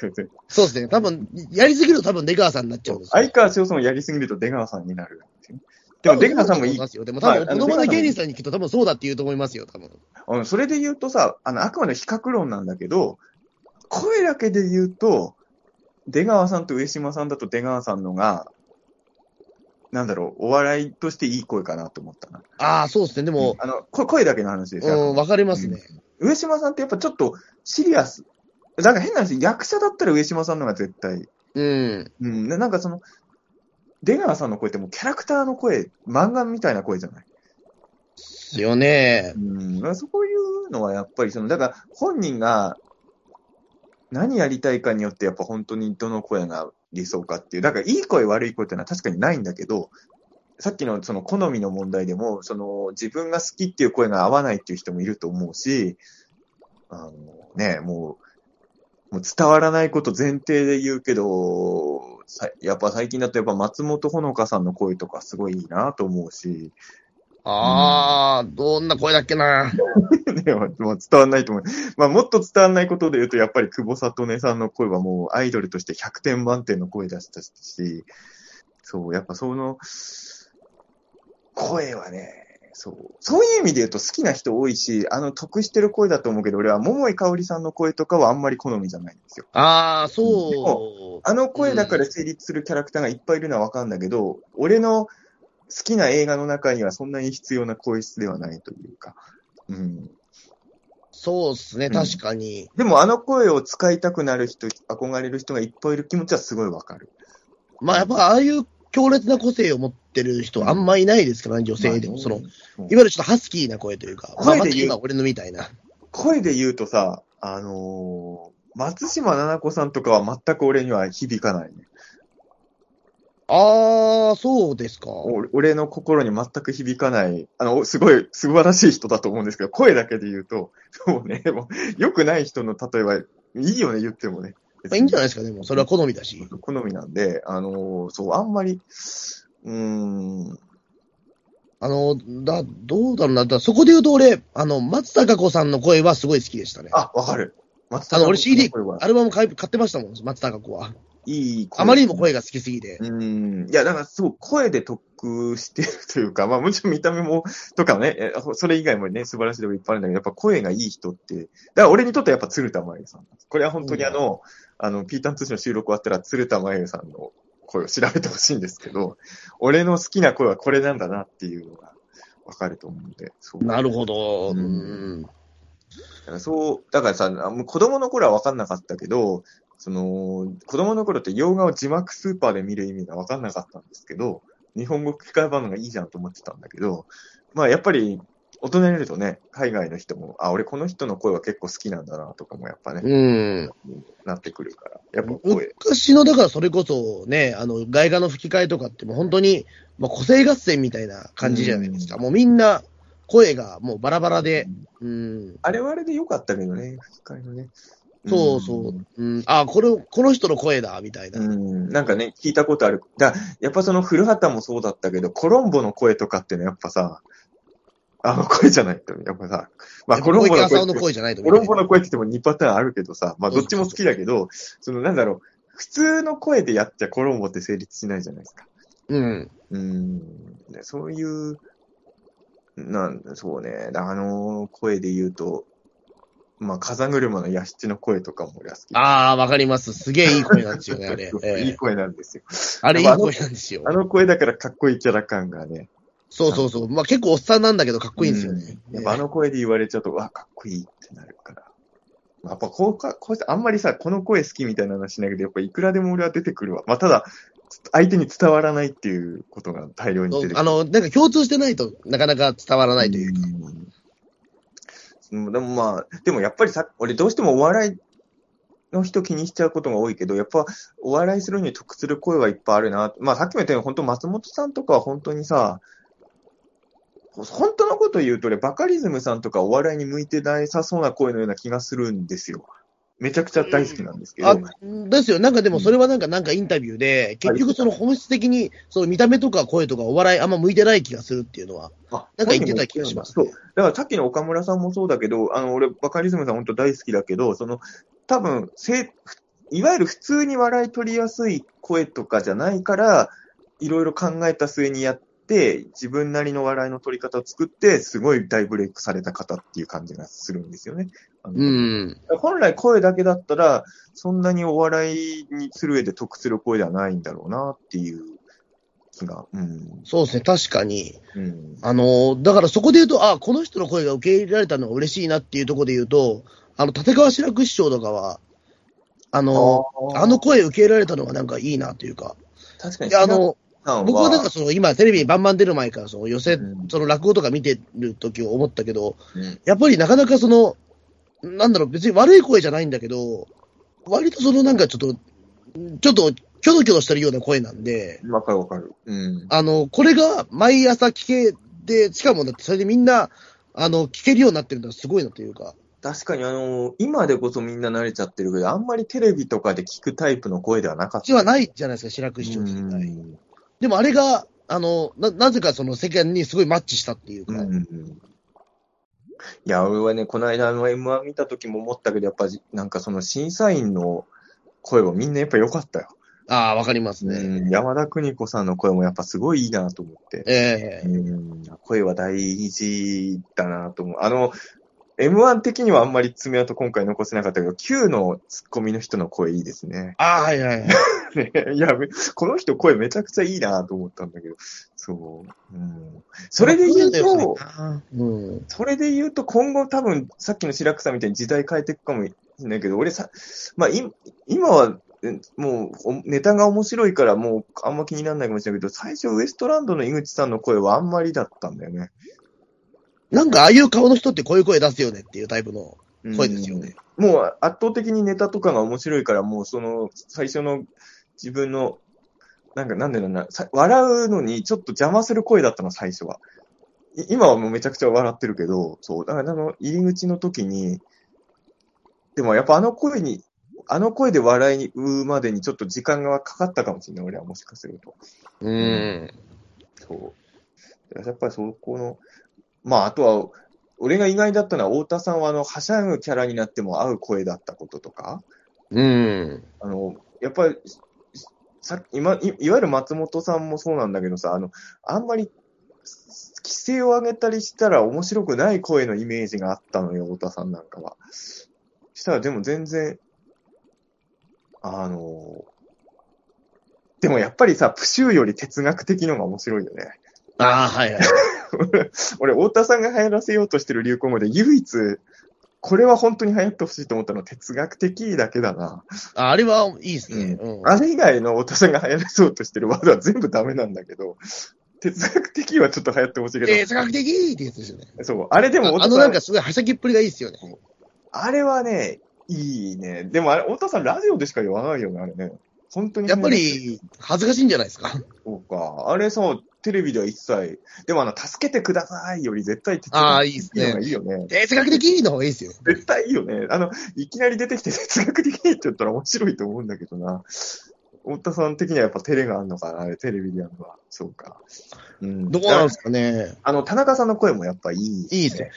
Speaker 3: いません
Speaker 2: そうですね。多分、やりすぎると多分出川さんになっちゃうんですよ。
Speaker 3: 相川翔さんをやりすぎると出川さんになるっていう。でも出川さんもいい
Speaker 2: 多分そうだと思ますよ。でも多分、
Speaker 3: まああ
Speaker 2: 子
Speaker 3: の
Speaker 2: 供の芸人さんにきっと多分そうだって言うと思いますよ、多分。
Speaker 3: うん、それで言うとさ、あの、あくまで比較論なんだけど、声だけで言うと、出川さんと上島さんだと出川さんのが、なんだろう、お笑いとしていい声かなと思ったな。
Speaker 2: ああ、そうですね。でも、
Speaker 3: あの、こ声だけの話で
Speaker 2: う
Speaker 3: すよ
Speaker 2: ん、わかりますね。
Speaker 3: 上島さんってやっぱちょっとシリアス。なんか変な話、役者だったら上島さんのが絶対。
Speaker 2: うん。
Speaker 3: うん、ななんかその、出川さんの声ってもうキャラクターの声、漫画みたいな声じゃない
Speaker 2: ですよね。
Speaker 3: うん、そういうのはやっぱりその、だから本人が何やりたいかによってやっぱ本当にどの声が理想かっていう、だからいい声悪い声っていうのは確かにないんだけど、さっきのその好みの問題でも、その自分が好きっていう声が合わないっていう人もいると思うし、あのね、もう、もう伝わらないこと前提で言うけど、さやっぱ最近だとやっぱ松本穂香さんの声とかすごいいいなと思うし、
Speaker 2: ああ、どんな声だっけな。
Speaker 3: ね、もうもう伝わんないと思う。まあ、もっと伝わんないことで言うと、やっぱり久保里音さんの声はもうアイドルとして100点満点の声出したし、そう、やっぱその、声はね、そう、そういう意味で言うと好きな人多いし、あの、得してる声だと思うけど、俺は桃井かおりさんの声とかはあんまり好みじゃないんですよ。
Speaker 2: ああ、
Speaker 3: で
Speaker 2: そう。
Speaker 3: あの声だから成立するキャラクターがいっぱいいるのはわかるんだけど、俺の好きな映画の中にはそんなに必要な声質ではないというか。うん。
Speaker 2: そうですね、確かに。
Speaker 3: でもあの声を使いたくなる人、憧れる人がいっぱいいる気持ちはすごいわかる。
Speaker 2: まあ、やっぱ、ああいう強烈な個性を持ってる人、あんまいないですからね、女性でも。その、いわ
Speaker 3: うん、
Speaker 2: ゆるちょっとハスキーな声というか、まあ、
Speaker 3: 声
Speaker 2: ま
Speaker 3: で
Speaker 2: ず
Speaker 3: 言う
Speaker 2: 今俺のみたいな。
Speaker 3: 声で言うとさ、あのー松島菜々子さんとかは全く俺には響かないね。
Speaker 2: あー、そうですか。
Speaker 3: 俺俺の心に全く響かない、あの、すごい、素晴らしい人だと思うんですけど、声だけで言うと、 そうね、でも良くない人の例えば、いいよね、言ってもね。
Speaker 2: まあ、いいんじゃないいですか、でも。それは好みだし。
Speaker 3: 好みなんで、あのーそう、あんまり、うーん、
Speaker 2: あの、だ、どうだろうな。だそこで言うと俺、あの、松たか子さんの声はすごい好きでしたね。
Speaker 3: あ、わかる。松
Speaker 2: あの、俺 CD
Speaker 3: これは、
Speaker 2: アルバム買い買ってましたもん、松たか子は。
Speaker 3: いい声
Speaker 2: あまりにも声が好きすぎて。
Speaker 3: うん。いや、だからすごい声で得してるというか、まあもちろん見た目も、とかね、えそれ以外もね、素晴らしいとこいっぱいあるんだけど、やっぱ声がいい人って、だから俺にとってはやっぱ鶴田真由さんなんです。これは本当にあの、あの、ピーターン通信の収録終わったら鶴田真由さんの声を調べてほしいんですけど、俺の好きな声はこれなんだなっていうのがわかると思うんで、そう。
Speaker 2: なるほど。
Speaker 3: う
Speaker 2: うんん。
Speaker 3: そう、だからさ、あもう子供の頃は分かんなかったけど、その、子供の頃って洋画を字幕スーパーで見る意味が分かんなかったんですけど、日本語吹き替え版のがいいじゃんと思ってたんだけど、まあやっぱり大人になるとね、海外の人も、あ、俺この人の声は結構好きなんだなとかもやっぱね、
Speaker 2: うん。
Speaker 3: なってくるから、やっぱ声。
Speaker 2: 昔の、だからそれこそね、あの、外画の吹き替えとかってもう本当に、まあ、個性合戦みたいな感じじゃないですか。
Speaker 3: うん
Speaker 2: もうみんな、声がもうバラバラで、うん。
Speaker 3: あれはあれで良かったけどね、吹き替えのね。
Speaker 2: そうそう。うん。あ、これ、この人の声だ、みたいな。
Speaker 3: うん、なんかね、聞いたことある。だやっぱその古畑もそうだったけど、コロンボの声とかってね、やっぱさ、あの声じゃないと、やっぱさ、まあコロンボ
Speaker 2: 小
Speaker 3: の
Speaker 2: 池
Speaker 3: 声
Speaker 2: 浅
Speaker 3: っ
Speaker 2: 尾の
Speaker 3: て、
Speaker 2: 声じゃないと
Speaker 3: コロンボの声って言っても2パターンあるけどさ、まあ
Speaker 2: そう
Speaker 3: どっ
Speaker 2: そう
Speaker 3: ち
Speaker 2: そう
Speaker 3: も好きだけど、そのなんだろう、普通の声でやっちゃコロンボって成立しないじゃないですか。
Speaker 2: うん。
Speaker 3: うん、ねそういう、なんそうね、あの声で言うと、まあ風車のヤシチの声とかも俺は好き。
Speaker 2: ああ、わかります。すげえいい声なんですよ ね、あれ。え
Speaker 3: いい
Speaker 2: え
Speaker 3: 声なんですよ。
Speaker 2: あれいい声なんですよ
Speaker 3: あ。の声だからかっこいいキャラ感がね。
Speaker 2: そうそうそう。まあ結構おっさんなんだけど、かっこいいんですよね。
Speaker 3: うんやっぱあの声で言われちゃうと、うわ、かっこいいってなるから。まあやっぱこうか、こうしてあんまりさ、この声好きみたいな話しないけど、やっぱいくらでも俺は出てくるわ。まあただ、ちょっと相手に伝わらないっていうことが大量に
Speaker 2: そ
Speaker 3: 出て
Speaker 2: う
Speaker 3: くる。
Speaker 2: あの、なんか共通してないとなかなか伝わらないというか。
Speaker 3: うんうんでもまあ、でもやっぱりさ、俺どうしてもお笑いの人気にしちゃうことが多いけど、やっぱお笑いするのに得する声はいっぱいあるな。まあさっきも言ったように、本当松本さんとかは本当にさ、本当のこと言うと俺、バカリズムさんとかお笑いに向いてなさそうな声のような気がするんですよ。めちゃくちゃ大好きなんですけど。
Speaker 2: あですよ。なんかでもそれはなんか、なんかインタビューで、結局その本質的に、その見た目とか声とかお笑いあんま向いてない気がするっていうのは。
Speaker 3: あ
Speaker 2: なんか言ってた気がします
Speaker 3: そう。だからさっきの岡村さんもそうだけど、あの、俺、バカリズムさん本当大好きだけど、その、多分、せ、いわゆる普通に笑い取りやすい声とかじゃないから、いろいろ考えた末にやって、自分なりの笑いの取り方を作って、すごい大ブレイクされた方っていう感じがするんですよね。あの
Speaker 2: うん。
Speaker 3: 本来声だけだったら、そんなにお笑いにする上で得する声ではないんだろうなっていう気が。うん。
Speaker 2: そうですね。確かに。
Speaker 3: うん。
Speaker 2: あの、だからそこで言うと、あこの人の声が受け入れられたのが嬉しいなっていうところで言うと、あの、立川志らく師匠とかは、あの、
Speaker 3: ー
Speaker 2: あの、声受け入れられたのがなんかいいなというか。
Speaker 3: 確かに
Speaker 2: いや、あの、僕はなんか
Speaker 3: そ
Speaker 2: その今テレビにバンバン出る前からその寄せ
Speaker 3: うん、
Speaker 2: その落語とか見てる時を思ったけど、
Speaker 3: うん
Speaker 2: やっぱりなかなかその、なんだろう、別に悪い声じゃないんだけど、割とそのなんかちょっと、ちょっとキョロキョロしてるような声なんで、
Speaker 3: わかるわかる。うん。
Speaker 2: あの、これが毎朝聞けで、しかもだってそれでみんな、あの、聞けるようになってるのはすごいなというか、
Speaker 3: 確かにあのー今でこそみんな慣れちゃってるけど、あんまりテレビとかで聞くタイプの声ではなかっ
Speaker 2: う
Speaker 3: た。
Speaker 2: ちはないじゃないですか、志らく師匠自体。でもあれが、あの、な、なぜかその世間にすごいマッチしたっていうか、
Speaker 3: うんうんいや、俺はね、この間あの M1 見た時も思ったけど、やっぱじなんかその審査員の声もみんなやっぱ良かったよ。
Speaker 2: ああ、わかりますね。
Speaker 3: うん山田邦子さんの声もやっぱすごいいいなと思って。
Speaker 2: ええ
Speaker 3: うん、声は大事だなと思う。あの、M1 的にはあんまり爪痕今回残せなかったけど、Q のツッコミの人の声いいですね。
Speaker 2: ああ、はいはいはい。
Speaker 3: ね、いや、この人声めちゃくちゃいいなと思ったんだけど、そう。うん、それで言うと、
Speaker 2: うん。
Speaker 3: それで言うと、今後多分、さっきの白草みたいに時代変えていくかもしれないけど、俺さ、まあ、い今は、えもう、おネタが面白いから、もう、あんま気にならないかもしれないけど、最初、ウエストランドの井口さんの声はあんまりだったんだよね。
Speaker 2: なんか、ああいう顔の人ってこういう声出すよねっていうタイプの
Speaker 3: うん
Speaker 2: 声ですよね。
Speaker 3: もう、圧倒的にネタとかが面白いから、もう、その、最初の自分の、なんか、なんでなんだろうなさ笑うのにちょっと邪魔する声だったの、最初は。い今はもうめちゃくちゃ笑ってるけど、そう、だからあの、入り口の時に、でもやっぱあの声に、あの声で笑うまでにちょっと時間がかかったかもしれない、俺はもしかすると。。
Speaker 2: うん
Speaker 3: そう。やっぱりそこの、まあ、あとは、俺が意外だったのは、太田さんはあの、はしゃぐキャラになっても合う声だったこととか。
Speaker 2: うん。
Speaker 3: あの、やっぱり、さ今い、いわゆる松本さんもそうなんだけどさ、あの、あんまり、規制を上げたりしたら面白くない声のイメージがあったのよ、太田さんなんかは。したら、でも全然、あの、でもやっぱりさ、プシューより哲学的のが面白いよね。
Speaker 2: ああ、はいはい。
Speaker 3: 俺、太田さんが流行らせようとしてる流行語で唯一、これは本当に流行ってほしいと思ったのは哲学的だけだな。
Speaker 2: ああれはいいですね。うん。
Speaker 3: あれ以外の太田さんが流行らそうとしてるワードは全部ダメなんだけど、哲学的はちょっと流行ってほしいけど、
Speaker 2: 哲学的ってやつですよね。
Speaker 3: そう、あれでも
Speaker 2: ああ
Speaker 3: 太田
Speaker 2: の
Speaker 3: さ
Speaker 2: なん
Speaker 3: ん、あ
Speaker 2: かすごいはしゃぎっぷりがいいですよね。
Speaker 3: れはね、いいね。でもあれ、太田さんラジオでしか言わないよね、あれね。本当に。
Speaker 2: やっぱ、り、恥ずかしいんじゃないですか。
Speaker 3: そうか。あれさ、テレビでは一切、でもあの、助けてくださいより絶対哲
Speaker 2: あ
Speaker 3: 学
Speaker 2: ーいいっ
Speaker 3: 的
Speaker 2: す
Speaker 3: な
Speaker 2: ね
Speaker 3: のがいいよね。
Speaker 2: 哲学的の方がいいですよ。
Speaker 3: 絶対いいよね。あの、いきなり出てきて哲学的って言ったら面白いと思うんだけどな。太田さん的にはやっぱテレがあるのかな、あれテレビでやるのは。そうか。うん
Speaker 2: どうなんですかね。
Speaker 3: あの、田中さんの声もやっぱいい、
Speaker 2: いいですね。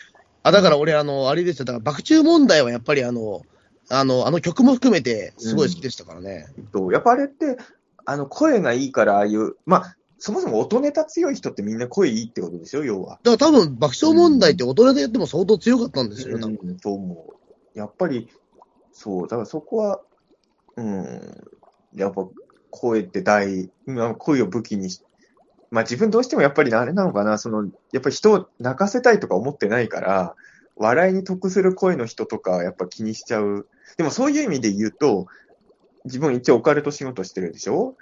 Speaker 2: あ、だから俺、あの、あれですよ。だから、爆中問題はやっぱりあの、あの、あの曲も含めて、すごい好きでしたからね。
Speaker 3: とやっぱあれって、あの、声がいいから、ああいう、まあ、そもそも音ネタ強い人ってみんな声いいってことでしょ、要は。
Speaker 2: だから多分、爆笑問題って大人でやっても相当強かったんですよ、多分。
Speaker 3: うん、と思う。やっぱり、そう、だからそこは、うん、やっぱ声って大、うん声を武器にし、まあ自分どうしてもやっぱりあれなのかな、その、やっぱり人を泣かせたいとか思ってないから、笑いに得する声の人とかやっぱ気にしちゃう。でもそういう意味で言うと、自分一応オカルト仕事してるでしょ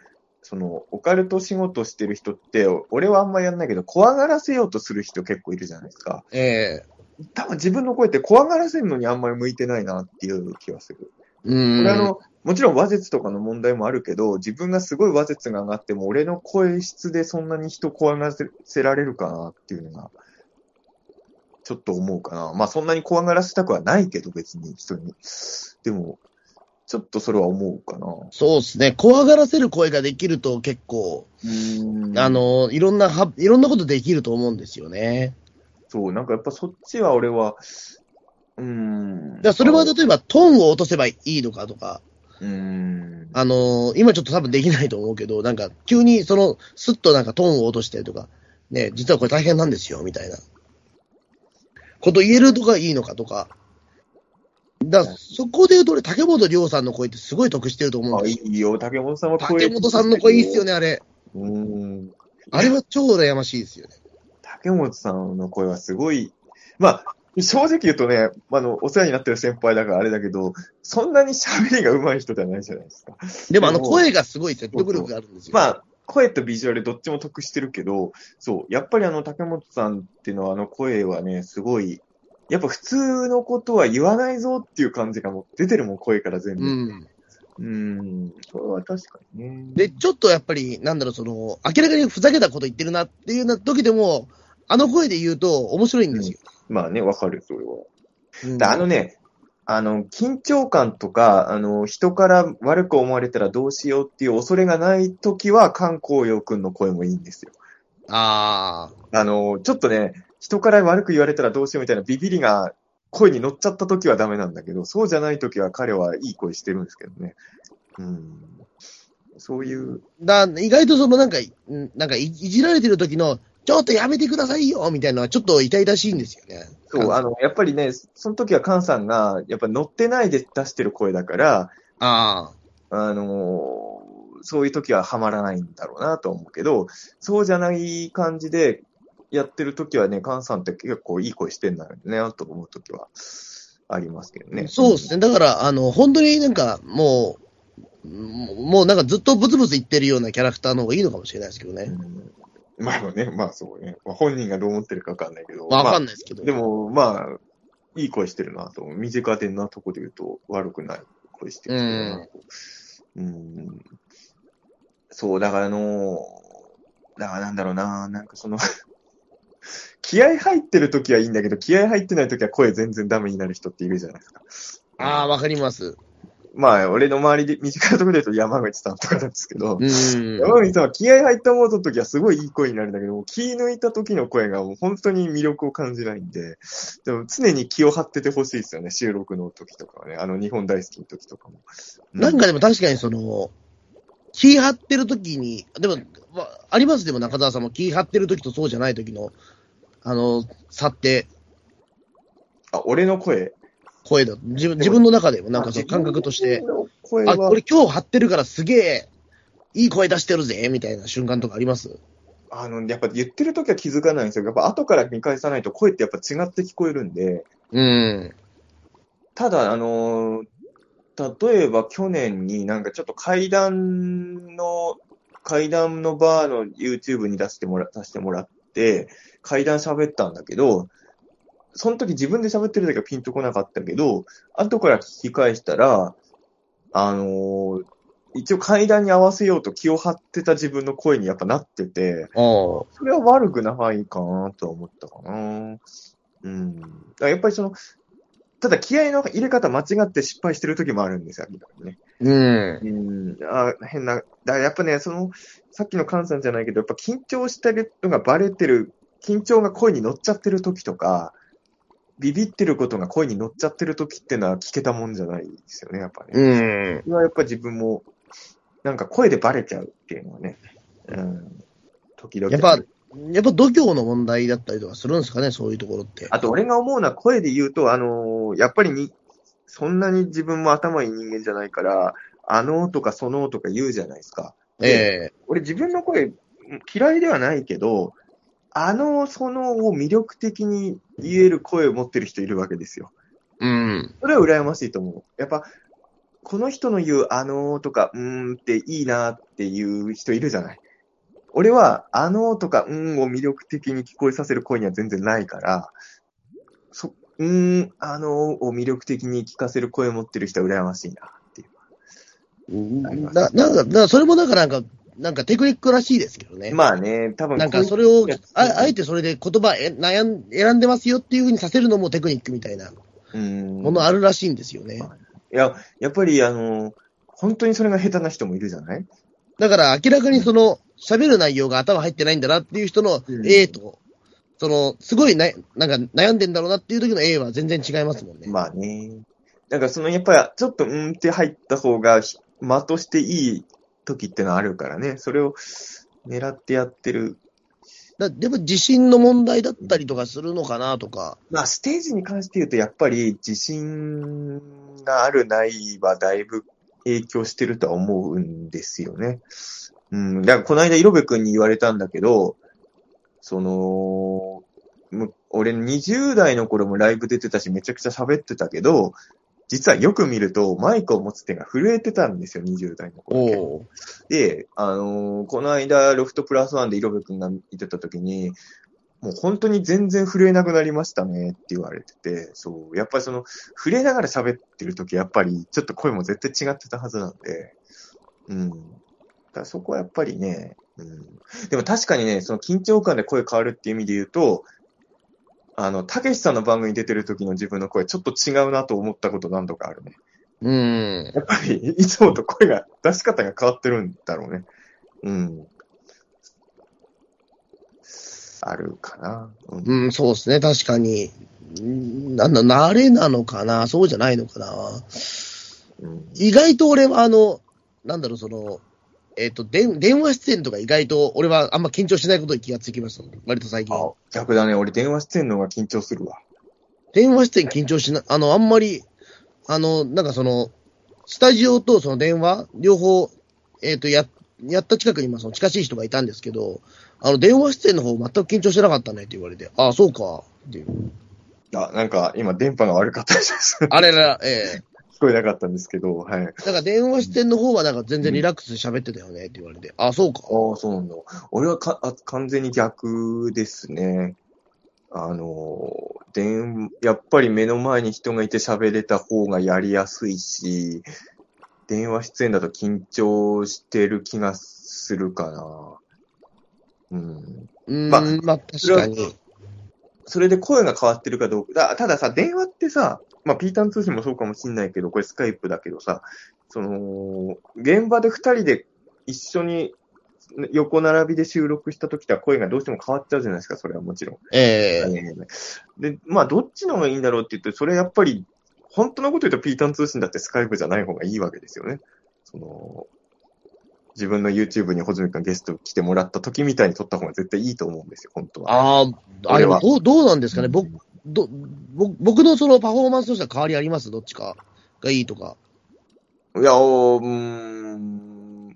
Speaker 3: その、オカルト仕事してる人って、俺はあんまやんないけど、怖がらせようとする人結構いるじゃないですか。
Speaker 2: ええ
Speaker 3: 多分自分の声って怖がらせるのにあんまり向いてないなっていう気がする。
Speaker 2: う
Speaker 3: こ
Speaker 2: ん。
Speaker 3: れあの、もちろん話術とかの問題もあるけど、自分がすごい話術が上がっても、俺の声質でそんなに人怖がらせられるかなっていうのが、ちょっと思うかな。まあそんなに怖がらせたくはないけど、別に人に。でも、ちょっとそれは思うかな。
Speaker 2: そうですね。怖がらせる声ができると結構、あ、の、いろんなは、いろんなことできると思うんですよね。
Speaker 3: そう、なんかやっぱそっちは俺は、うーん。
Speaker 2: だからそれは例えば、トーンを落とせばいいのかとか、
Speaker 3: うーん。
Speaker 2: あのー今ちょっと多分できないと思うけど、なんか急にその、スッとなんかトーンを落としたりとか、ね、実はこれ大変なんですよ、みたいな。こと言えるとかいいのかとか。だからそこで言うと俺、竹本涼さんの声ってすごい得してると思うん
Speaker 3: あ、
Speaker 2: で
Speaker 3: い
Speaker 2: すよ。
Speaker 3: いよ、竹本さんは声
Speaker 2: 竹本さんの声いいっすよね、あれ。
Speaker 3: うーん。
Speaker 2: あれは超羨ましいですよね。
Speaker 3: 竹本さんの声はすごい、まあ、正直言うとね、あの、お世話になってる先輩だからあれだけど、そんなに喋りが上手い人ではないじゃないですか。
Speaker 2: でもあの声がすごい説得力があるんですよ。
Speaker 3: まあ、声とビジュアルどっちも得してるけど、そう、やっぱりあの、竹本さんっていうのはあの声はね、すごい、やっぱ普通のことは言わないぞっていう感じがもう出てるもん、声から全部。
Speaker 2: う。
Speaker 3: うんーん、それは確かにね。
Speaker 2: で、ちょっとやっぱり、なんだろう、その、明らかにふざけたこと言ってるなっていうな時でも、あの声で言うと面白いんですよ。
Speaker 3: まあね、わかる、それは。
Speaker 2: うん
Speaker 3: であのね、あの、緊張感とか、あの、人から悪く思われたらどうしようっていう恐れがないときは、韓光陽くんの声もいいんですよ。
Speaker 2: ああ、
Speaker 3: あの、ちょっとね、人から悪く言われたらどうしようみたいなビビりが声に乗っちゃったときはダメなんだけど、そうじゃないときは彼はいい声してるんですけどね。うん。そういう、
Speaker 2: だ意外とそのなんか、んなんかいいじられてる時の、ちょっとやめてくださいよみたいなのはちょっと痛々しいんですよね。
Speaker 3: そう、あの、やっぱりね、その時は菅さんが、やっぱ乗ってないで出してる声だから、
Speaker 2: ああ、
Speaker 3: あのそういう時はハマらないんだろうなと思うけど、そうじゃない感じでやってる時はね、カンさんって結構いい声してんだよね、と思う時はありますけどね。
Speaker 2: そうですね。だから、あの、本当になんか、もう、もうもうなんかずっとブツブツ言ってるようなキャラクターの方がいいのかもしれないですけど
Speaker 3: う
Speaker 2: ね。
Speaker 3: ん。まあね、まあそうね。まあ、本人がどう思ってるかわかんないけど。
Speaker 2: わ
Speaker 3: まあ
Speaker 2: かんないですけど。
Speaker 3: でも、まあ、いい声してるなと。身近でなとこで言うと悪くない声してるなと。うん。そう、だからあの、だからなんだろうな、なんかその、 気合入ってる時はいいんだけど、気合入ってない時は声全然ダメになる人っているじゃないですか。
Speaker 2: ああ、わかります。
Speaker 3: まあ、俺の周りで、身近なところで言うと山口さんとかなんですけど、
Speaker 2: うん。
Speaker 3: 山口さんは気合入ったものの時はすごいいい声になるんだけど、気抜いた時の声がもう本当に魅力を感じないんで、でも常に気を張っててほしいですよね、収録の時とかはね。あの、日本大好きの時とかも。
Speaker 2: なんかでも確かにその、気張ってる時に、でも、まあありますでも中澤さんも気張ってる時とそうじゃない時の、あの、差って、
Speaker 3: あ、俺の声。
Speaker 2: 声だと。自分、自分の中でもなんか
Speaker 3: あ
Speaker 2: その感覚とし。
Speaker 3: 自
Speaker 2: て、
Speaker 3: 分の声
Speaker 2: あ、
Speaker 3: は
Speaker 2: 俺今日張ってるからすげえ、いい声出してるぜ、みたいな瞬間とかあります
Speaker 3: あの、やっぱ言ってる時は気づかないんですよ。やっぱ後から見返さないと声ってやっぱ違って聞こえるんで、
Speaker 2: うん。
Speaker 3: ただ、あのー例えば去年になんかちょっと階段の、階段のバーの YouTube に出してもら、出してもらって、階段喋ったんだけど、その時自分で喋ってる時はピンとこなかったけど、後から聞き返したら、あのー一応階段に合わせようと気を張ってた自分の声にやっぱなってて、
Speaker 2: ああ。
Speaker 3: それは悪くないかなとは思ったかな。うん。だからやっぱりその、ただ気合の入れ方間違って失敗してる時もあるんですよ、明らかにね。
Speaker 2: うん。
Speaker 3: うん。あ変な。だからやっぱね、その、さっきの菅さんじゃないけど、やっぱ緊張してるのがバレてる、緊張が声に乗っちゃってる時とか、ビビってることが声に乗っちゃってる時ってのは聞けたもんじゃないですよね、やっぱね。
Speaker 2: うん。
Speaker 3: それはやっぱ自分も、なんか声でバレちゃうっていうのはね。うん。時々。
Speaker 2: やっぱ、やっぱ度胸の問題だったりとかするんですかね、そういうところって。
Speaker 3: あと、俺が思うのは声で言うと、あのーやっぱりに、そんなに自分も頭いい人間じゃないから、あのーとかそのーとか言うじゃないですか。で
Speaker 2: ええ
Speaker 3: 俺自分の声嫌いではないけど、あのーそのーを魅力的に言える声を持ってる人いるわけですよ。
Speaker 2: うん。
Speaker 3: それは羨ましいと思う。やっぱ、この人の言うあのーとか、うーんっていいなっていう人いるじゃない。俺は、あのーとか、うーんを魅力的に聞こえさせる声には全然ないから、そ、うーん、あのーを魅力的に聞かせる声を持ってる人は羨ましいなっていう。
Speaker 2: な、なんか、なそれもなんか、なんか、なんかテクニックらしいですけどね。
Speaker 3: まあね、多分
Speaker 2: なん
Speaker 3: こ
Speaker 2: か
Speaker 3: ういう
Speaker 2: それを
Speaker 3: いや、
Speaker 2: ああえてそれで言葉え悩ん選んでますよっていうふうにさせるのもテクニックみたいな
Speaker 3: うーん
Speaker 2: ものあるらしいんですよね。
Speaker 3: いや、やっぱり、あのー本当にそれが下手な人もいるじゃない
Speaker 2: だから明らかにその喋る内容が頭入ってないんだなっていう人の
Speaker 3: うん
Speaker 2: A と、そのすごいななんか悩んでんだろうなっていう時の A は全然違いますもんね。
Speaker 3: まあね。なんかそのやっぱりちょっとうーんって入った方がひ間としていい時ってのはあるからね。それを狙ってやってる。
Speaker 2: だでも自信の問題だったりとかするのかなとか。
Speaker 3: まあステージに関して言うとやっぱり自信があるないはだいぶ影響してるとは思うんですよね。うん。だからこの間、色部君に言われたんだけど、その、む俺20代の頃もライブ出てたし、めちゃくちゃ喋ってたけど、実はよく見ると、マイクを持つ手が震えてたんですよ、20代の頃。
Speaker 2: おう
Speaker 3: で、あのーこの間、ロフトプラスワンで色部くんがいてた時に、もう本当に全然震えなくなりましたねって言われてて、そう、やっぱりその、震えながら喋ってる時やっぱり、ちょっと声も絶対違ってたはずなんで、うん。だからそこはやっぱりね、うん。でも確かにね、その緊張感で声変わるっていう意味で言うと、あの、たけしさんの番組に出てる時の自分の声、ちょっと違うなと思ったこと何度かあるね。
Speaker 2: うん。
Speaker 3: やっぱり、いつもと声が、出し方が変わってるんだろうね。うん。あるかな。うん。
Speaker 2: うん、そうですね、確かに。うんなんだ、慣れなのかなそうじゃないのかな
Speaker 3: うん、
Speaker 2: 意外と俺は、あの、なんだろう、その、えっ、と、でん電話出演とか意外と俺はあんま緊張しないことに気がつきました。割と最近。
Speaker 3: あ、逆だね。俺、電話出演の方が緊張するわ。
Speaker 2: 電話出演緊張しな、あの、あんまり、あの、なんかその、スタジオとその電話、両方、えっ、と、や、やった近くに、まあ、その近しい人がいたんですけど、あの、電話出演の方全く緊張してなかったねって言われて、ああ、そうか、っていう。
Speaker 3: あ、なんか今電波が悪かったです。聞
Speaker 2: あれら、ええ
Speaker 3: こえなかったんですけど、はい。ああ、
Speaker 2: だから電話出演の方はなんか全然リラックスで喋ってたよねって言われて、ああ、そうか。
Speaker 3: そうなんだ。俺はかあ完全に逆ですね。あの、電、やっぱり目の前に人がいて喋れた方がやりやすいし、電話出演だと緊張してる気がするかな。うん。
Speaker 2: うーん、
Speaker 3: まあ
Speaker 2: まあ、確かに。
Speaker 3: それで声が変わってるかどうか。だたださ、電話ってさ、まあ、ピータン通信もそうかもしんないけど、これスカイプだけどさ、その、現場で二人で一緒に横並びで収録した時とは声がどうしても変わっちゃうじゃないですか、それはもちろん。
Speaker 2: ええ
Speaker 3: で、まあ、どっちの方がいいんだろうって言って、それやっぱり、本当のこと言うとピータン通信だってスカイプじゃない方がいいわけですよね。その、自分の YouTube にホズミ君ゲスト来てもらった時みたいに撮った方が絶対いいと思うんですよ、本当は。
Speaker 2: ああ、あ
Speaker 3: 俺
Speaker 2: れ
Speaker 3: は
Speaker 2: はどう、どうなんですかね僕、ど、僕僕のそのパフォーマンスとしては変わりありますどっちかがいいとか。
Speaker 3: いや、おーうーん。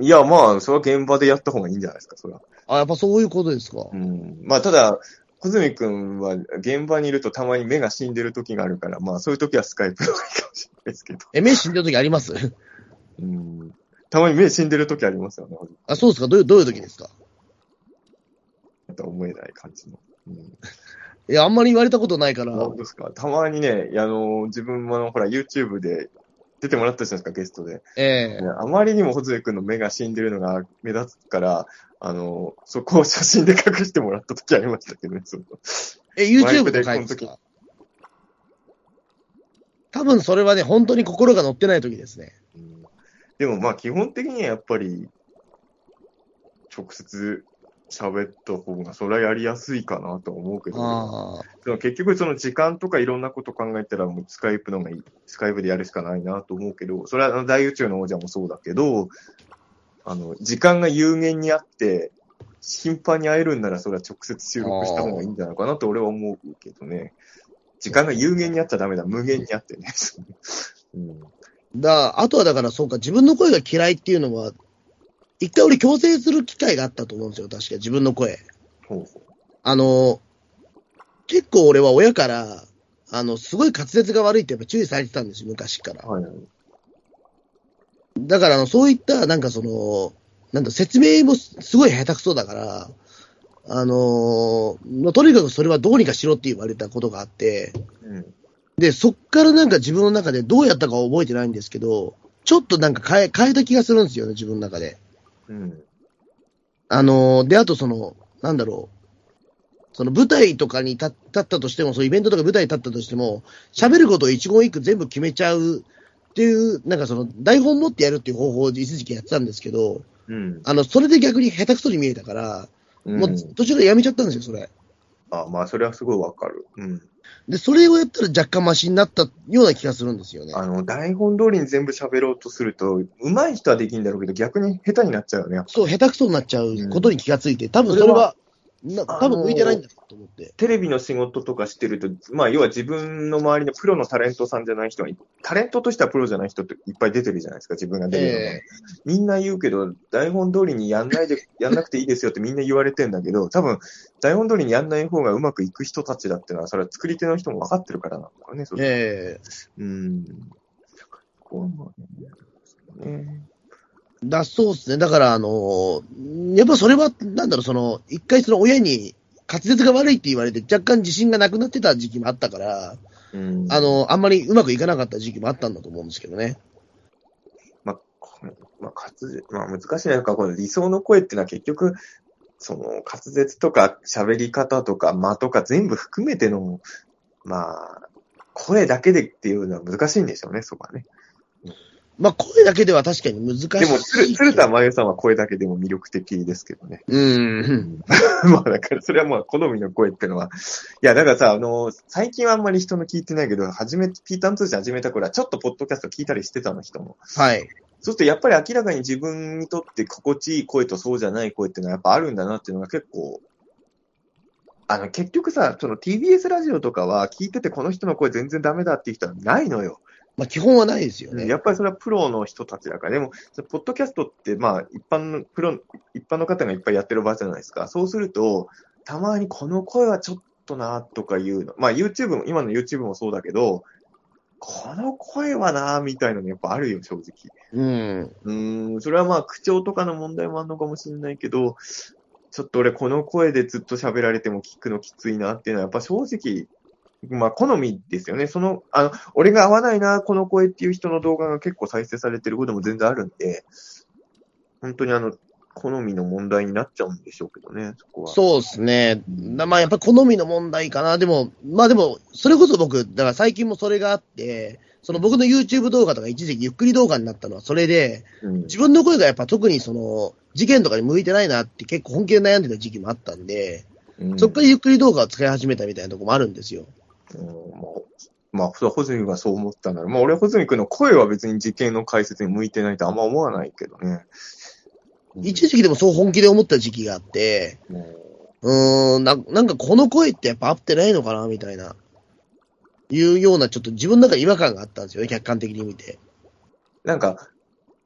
Speaker 3: いや、まあ、それは現場でやった方がいいんじゃないですか、それは。
Speaker 2: あやっぱそういうことですか。
Speaker 3: うん。まあ、ただ、小泉くんは現場にいるとたまに目が死んでる時があるから、まあ、そういう時はスカイプの方がいいかもしれないですけど。
Speaker 2: え、目死んでる時あります
Speaker 3: うん。たまに目死んでる時ありますよね、
Speaker 2: あ、そうですかどういう、どういう時ですか
Speaker 3: なんとは思えない感じの。うん、
Speaker 2: いや、あんまり言われたことないから、
Speaker 3: どうですかたまにね、いやあの、自分もあの、ほら、YouTube で出てもらったじゃないですか、ゲストで。
Speaker 2: ええ
Speaker 3: ねあまりにも穂くんの目が死んでるのが目立つから、あの、そこを写真で隠してもらった時ありましたけどね、その
Speaker 2: え、
Speaker 3: マイク
Speaker 2: YouTube と
Speaker 3: でこ
Speaker 2: か
Speaker 3: の
Speaker 2: いで
Speaker 3: 時
Speaker 2: すか多分それはね、本当に心が乗ってない時ですね。
Speaker 3: うんでもまあ基本的にはやっぱり、直接喋った方が、それはやりやすいかなとは思うけど、
Speaker 2: ああ。
Speaker 3: その結局その時間とかいろんなこと考えたらもうスカイプの方がいい、スカイプでやるしかないなと思うけど、それはあの大宇宙の王者もそうだけど、あの、時間が有限にあって、頻繁に会えるんならそれは直接収録した方がいいんじゃないかなと俺は思うけどね。時間が有限にあっちゃダメだ、無限にあってね。 うん
Speaker 2: だあとはだから、そうか、自分の声が嫌いっていうのは、一回俺強制する機会があったと思うんですよ、確か自分の声。
Speaker 3: ほうほ
Speaker 2: あの、結構俺は親から、あの、すごい滑舌が悪いってやっぱ注意されてたんですよ、昔から
Speaker 3: う。。はい。
Speaker 2: だからあの、そういった、なんかその、なんだ、説明もすすごい下手くそだから、あのーまあとにかくそれはどうにかしろって言われたことがあって、
Speaker 3: うん
Speaker 2: で、そっからなんか自分の中でどうやったかは覚えてないんですけど、ちょっとなんか変え、変えた気がするんですよね、自分の中で。
Speaker 3: うん。
Speaker 2: あのーで、あとその、なんだろう、その舞台とかに立立ったとしても、そうイベントとか舞台に立ったとしても、喋ることを一言一句全部決めちゃうっていう、なんかその、台本持ってやるっていう方法を一時期やってたんですけど、
Speaker 3: うん。
Speaker 2: あの、それで逆に下手くそに見えたから、
Speaker 3: うん
Speaker 2: もう途中でやめちゃったんですよ、それ。
Speaker 3: あまあ、それはすごいわかる。うん。
Speaker 2: で、それをやったら若干マシになったような気がするんですよね。
Speaker 3: あの、台本通りに全部喋ろうとすると、上手い人はできるんだろうけど、逆に下手になっちゃうよね。
Speaker 2: そう、下手くそになっちゃうことに気がついて、多分それは、な多分向いてないんだと思って。
Speaker 3: テレビの仕事とかしてると、まあ、要は自分の周りのプロのタレントさんじゃない人は、タレントとしてはプロじゃない人っていっぱい出てるじゃないですか、自分が出るのが、
Speaker 2: え
Speaker 3: みんな言うけど、台本通りにやんないで、やんなくていいですよってみんな言われてんだけど、多分、台本通りにやんない方がうまくいく人たちだってのは、それは作り手の人も分かってるからなんだよね、それ
Speaker 2: ええ
Speaker 3: うん。そこはまあね。ね
Speaker 2: だそうですね。だから、あのーやっぱそれは、なんだろう、その、一回その親に滑舌が悪いって言われて、若干自信がなくなってた時期もあったから、
Speaker 3: うん
Speaker 2: あのあんまりうまくいかなかった時期もあったんだと思うんですけどね。
Speaker 3: まあ、これまあ、滑舌、まあ、難しいな。なんか、この理想の声ってのは結局、その、滑舌とか喋り方とか間とか全部含めての、まあ、声だけでっていうのは難しいんでしょうね、そこはね。
Speaker 2: まあ、声だけでは確かに難しいけ
Speaker 3: で
Speaker 2: ど。
Speaker 3: も、鶴鶴田真由さんは声だけでも魅力的ですけどね。
Speaker 2: うん。
Speaker 3: まあ、だから、それはまあ、好みの声ってのは。いや、だからさ、あの、最近はあんまり人の聞いてないけど、初め、ピーターン通信始めた頃は、ちょっとポッドキャスト聞いたりしてたの、人も。
Speaker 2: はい。
Speaker 3: そうするとやっぱり明らかに自分にとって心地いい声とそうじゃない声っていうのはやっぱあるんだなっていうのが結構、あの結局さ、その TBS ラジオとかは聞いててこの人の声全然ダメだっていう人はないのよ。
Speaker 2: まあ、基本はないですよね。
Speaker 3: やっぱりそれはプロの人たちだから、でも、そのポッドキャストって、まあ、一般の、プロ、一般の方がいっぱいやってる場じゃないですか。そうすると、たまにこの声はちょっとな、とかいうの。まあ、YouTube も、今の YouTube もそうだけど、この声はな、みたいなのやっぱあるよ、正直。
Speaker 2: うん。
Speaker 3: うーん、それはまあ、口調とかの問題もあるのかもしれないけど、ちょっと俺、この声でずっと喋られても聞くのきついなっていうのは、やっぱ正直、まあ、好みですよね。その、あの、俺が合わないな、この声っていう人の動画が結構再生されてることも全然あるんで、本当にあの、好みの問題になっちゃうんでしょうけどね、そこは。
Speaker 2: そうですね。なまあ、やっぱ好みの問題かな。でも、まあでも、それこそ僕、だから最近もそれがあって、その僕の YouTube 動画とか一時期ゆっくり動画になったのはそれで、
Speaker 3: うん。
Speaker 2: 自分の声がやっぱ特にその、事件とかに向いてないなって結構本気で悩んでた時期もあったんで、
Speaker 3: うん
Speaker 2: そっからゆっくり動画を使い始めたみたいなとこもあるんですよ。
Speaker 3: うんまあまあ、そう、穂積がそう思ったなら、まあ、俺は穂積君の声は別に事件の解説に向いてないとあんま思わないけどね。うん
Speaker 2: 一時期でもそう本気で思った時期があって、
Speaker 3: うん
Speaker 2: うーん、なんなんかこの声ってやっぱ合ってないのかなみたいな、いうようなちょっと自分の中で違和感があったんですよね、客観的に見て。
Speaker 3: なんか、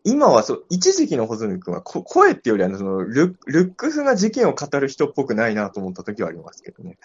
Speaker 3: 今はそう、一時期の穂積君はこ声っていうよりは、そのル、ルックスが事件を語る人っぽくないなと思った時はありますけどね。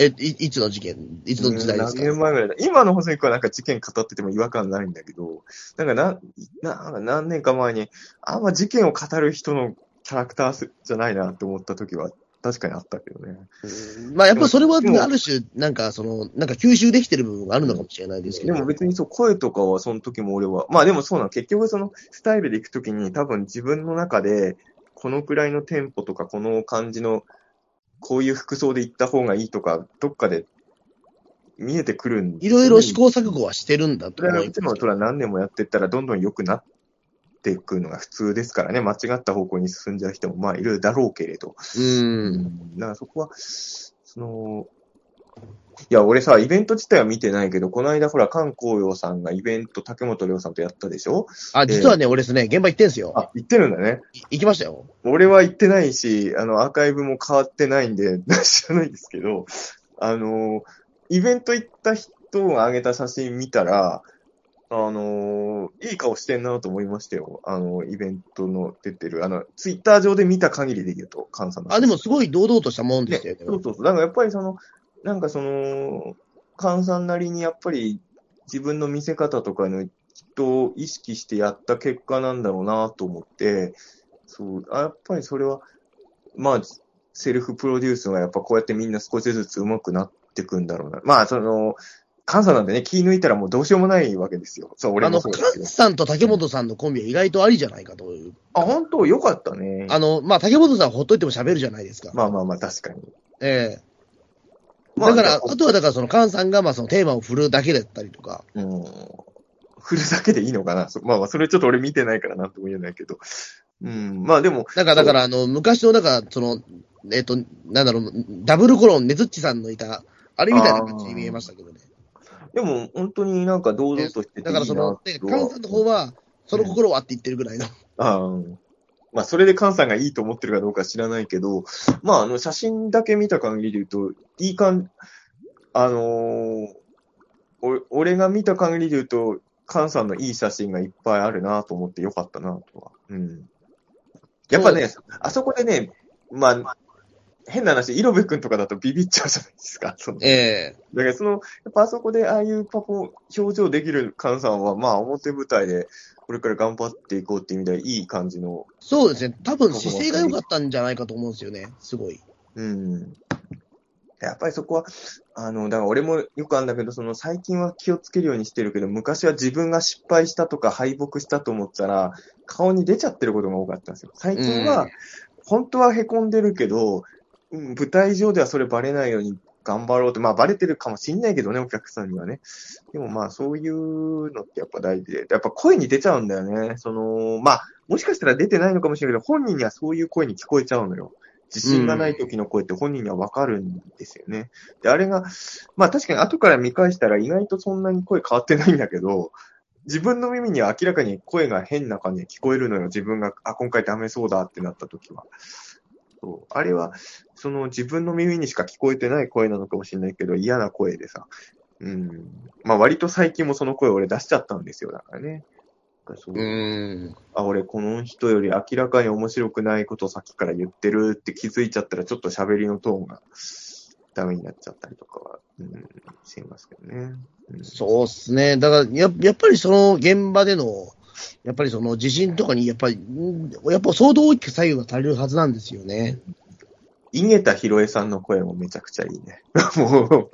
Speaker 2: え、いいつの事件いつの時代です
Speaker 3: うん何年
Speaker 2: か
Speaker 3: 前ぐらいだ今の細井君はなんか事件語ってても違和感ないんだけど、なんかなんなんか何年か前に、あんま事件を語る人のキャラクターすじゃないなって思った時は確かにあったけどね。
Speaker 2: うんまあやっぱそれはあ
Speaker 3: でも
Speaker 2: る種、なんかその、なんか吸収できてる部分があるのかもしれないですけ
Speaker 3: で
Speaker 2: ど。
Speaker 3: も別にそう、声とかはその時も俺は、まあでもそうなの、結局そのスタイルで行く時に多分自分の中で、このくらいのテンポとか、この感じの、こういう服装で行った方がいいとか、どっかで見えてくるん
Speaker 2: いろいろ試行錯誤はしてるんだ
Speaker 3: そ
Speaker 2: と
Speaker 3: れ
Speaker 2: 思
Speaker 3: はい
Speaker 2: ま
Speaker 3: つも
Speaker 2: す
Speaker 3: そ。れは何年もやってったら、どんどん良くなっていくのが普通ですからね、間違った方向に進んじゃう人もまあいるだろうけれど。
Speaker 2: うん。
Speaker 3: だからそこは、その、いや、俺さ、イベント自体は見てないけど、この間、ほら、菅光陽さんがイベント、竹本涼さんとやったでしょ
Speaker 2: あ、実はね、俺ですね、現場行ってんすよ。
Speaker 3: あ、行ってるんだね。
Speaker 2: い行きましたよ。
Speaker 3: 俺は行ってないし、あの、アーカイブも変わってないんで、 知らないんですけど、あの、イベント行った人が上げた写真見たら、あの、いい顔してんなと思いましたよ。あの、イベントの出てる、あの、ツイッター上で見た限りで言うと、菅さんの写真
Speaker 2: あ、でもすごい堂々としたもんで
Speaker 3: ね
Speaker 2: したよね。
Speaker 3: そうそうそう。だからやっぱりその、なんかその、菅さんなりにやっぱり自分の見せ方とかのきっと意識してやった結果なんだろうなと思って、そう、あやっぱりそれは、まあ、セルフプロデュースがやっぱこうやってみんな少しずつ上手くなってくんだろうな。まあ、その、菅さんなんでね、気抜いたらもうどうしようもないわけですよ。そう、俺
Speaker 2: あ
Speaker 3: も
Speaker 2: の、
Speaker 3: そう
Speaker 2: 菅
Speaker 3: ですけど。
Speaker 2: さんと竹本さんのコンビは意外とありじゃないかという。
Speaker 3: あ、本当よかったね。
Speaker 2: あの、まあ、竹本さんはほっといても喋るじゃないですか。
Speaker 3: まあまあまあ、確かに。
Speaker 2: ええ
Speaker 3: まあ
Speaker 2: だから、
Speaker 3: や
Speaker 2: あ
Speaker 3: っぱ
Speaker 2: とはだから、その、菅さんが、まあ、そのテーマを振るだけだったりとか。
Speaker 3: うん、振るだけでいいのかな。そまあまあ、それちょっと俺見てないからなんとも言えないけど。うん、まあでも、
Speaker 2: だから、だから、あの、昔の、だから、その、えっ、と、なんだろう、ダブルコロン、ねずっちさんのいた、あれみたいな感じに見えましたけどね。
Speaker 3: でも本当になんか堂々としてていいな
Speaker 2: だから、その、ね、
Speaker 3: とは
Speaker 2: 菅さんの方は、その心はって言ってるぐらいの。
Speaker 3: あーまあ、それで菅さんがいいと思ってるかどうか知らないけど、まあ、あの、写真だけ見た限りで言うと、いい感、あのーお俺が見た限りで言うと、菅さんのいい写真がいっぱいあるなと思ってよかったなとは。うん。やっぱ
Speaker 2: そう
Speaker 3: ね
Speaker 2: です、
Speaker 3: あそこでね、まあ、変な話、イロベ君とかだとビビっちゃうじゃないですか。その
Speaker 2: ええ
Speaker 3: だからその、やっぱあそこでああいうパフォー、表情できる菅さんは、まあ表舞台で、これから頑張っていこうっていう意味では、いい感じの、
Speaker 2: そうですね。多分、姿勢が良かったんじゃないかと思うんですよね。すごい。
Speaker 3: うん。やっぱりそこは、あの、だから俺もよくあるんだけど、その最近は気をつけるようにしてるけど、昔は自分が失敗したとか敗北したと思ったら、顔に出ちゃってることが多かったんですよ。最近
Speaker 2: う
Speaker 3: は
Speaker 2: ん、
Speaker 3: 本当は凹んでるけど、うん舞台上ではそれバレないように頑張ろうと、まあバレてるかもしんないけどね、お客さんにはね。でもまあそういうのってやっぱ大事で、やっぱ声に出ちゃうんだよね。その、まあ、もしかしたら出てないのかもしれないけど、本人にはそういう声に聞こえちゃうのよ。自信がない時の声って本人にはわかるんですよね。で、あれが、まあ確かに後から見返したら意外とそんなに声変わってないんだけど、自分の耳には明らかに声が変な感じに聞こえるのよ。自分が、あ、今回ダメそうだってなった時は。そうあれは、その自分の耳にしか聞こえてない声なのかもしれないけど、嫌な声でさ、うん。まあ割と最近もその声俺出しちゃったんですよ、だからね。だからそう
Speaker 2: うん。
Speaker 3: あ、俺この人より明らかに面白くないことさっきから言ってるって気づいちゃったらちょっと喋りのトーンがダメになっちゃったりとかは、うん、していますけどね。うん、
Speaker 2: そうっすね。だからや、やっぱりその現場での、やっぱりその地震とかに、やっぱり、んやっぱ相当大きく左右が足りるはずなんですよね。
Speaker 3: 井桁弘恵さんの声もめちゃくちゃいいね。 も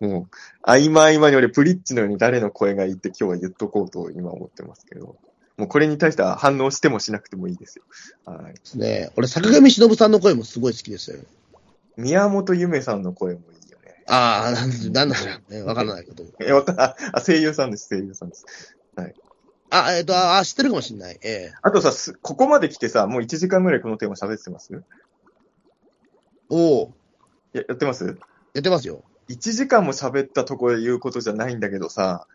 Speaker 3: う、もう、合間合間に俺プリッチのように誰の声がいいって今日は言っとこうと今思ってますけど。もうこれに対しては反応してもしなくてもいいですよ。はい。
Speaker 2: ですね。俺、坂上忍さんの声もすごい好きですよ。
Speaker 3: 宮本ゆめさんの声もいいよね。
Speaker 2: ああ、なんなんだろうね。わからないけど。
Speaker 3: え、わか、あ、声優さんです、声優さんです。
Speaker 2: あ、えっ、と、あ、あ知ってるかもしれない。ええ
Speaker 3: あとさ、すここまで来てさ、もう1時間ぐらいこのテーマ喋ってます
Speaker 2: おお
Speaker 3: ややってます
Speaker 2: やってますよ。
Speaker 3: ?1 時間も喋ったとこで言うことじゃないんだけどさ、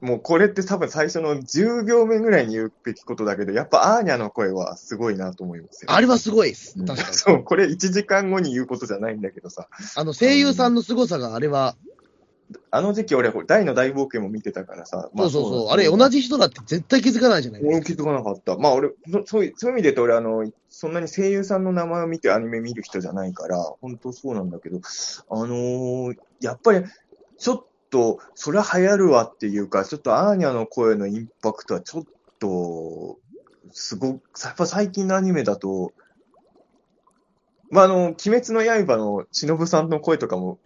Speaker 3: もうこれって多分最初の10秒目ぐらいに言うべきことだけど、やっぱアーニャの声はすごいなと思いますよ。
Speaker 2: あれはすごいです。
Speaker 3: うん
Speaker 2: 確かに。
Speaker 3: そう、これ1時間後に言うことじゃないんだけどさ、
Speaker 2: あの、声優さんの凄さがあれは、
Speaker 3: あの時期俺、大の大冒険も見てたからさ、
Speaker 2: そうそうそう。あれ、同じ人だって絶対気づかないじゃない
Speaker 3: 俺も気づかなかった。まあ俺、そそういうそういう意味で言うと俺、あの、そんなに声優さんの名前を見てアニメ見る人じゃないから、本当そうなんだけど、あのーやっぱり、ちょっと、そりゃ流行るわっていうか、ちょっとアーニャの声のインパクトはちょっと、すごく、やっぱ最近のアニメだと、まああの、鬼滅の刃の忍さんの声とかも、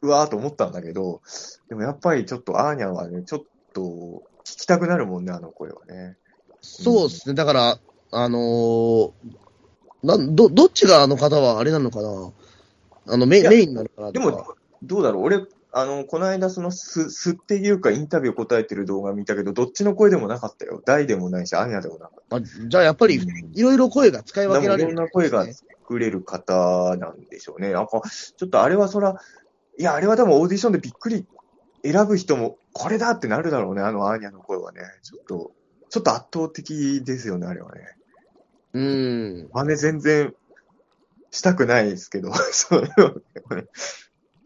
Speaker 3: うわーと思ったんだけど、でもやっぱりちょっとアーニャはね、ちょっと、聞きたくなるもんね、あの声はね。
Speaker 2: そうですね。だから、あのーなん、ど、どっちがあの方はあれなのかなあのメイ
Speaker 3: い
Speaker 2: ン、
Speaker 3: や
Speaker 2: メインなのかな
Speaker 3: で
Speaker 2: とか
Speaker 3: も、どうだろう俺、あの、この間、その、す、すっていうか、インタビュー答えてる動画見たけど、どっちの声でもなかったよ。大でもないし、アニャでもなかった。
Speaker 2: あじゃあやっぱり、いろいろ声が使い分けられる
Speaker 3: い
Speaker 2: ん
Speaker 3: ろんな
Speaker 2: で
Speaker 3: 声
Speaker 2: すね、
Speaker 3: が作れる方なんでしょうね。なんか、ちょっとあれはそら、いや、あれはでもオーディションでびっくり、選ぶ人も、これだってなるだろうね、あのアーニャの声はね。ちょっと、ちょっと圧倒的ですよね、あれはね。
Speaker 2: うん。
Speaker 3: 真似全然したくないですけど、 そうね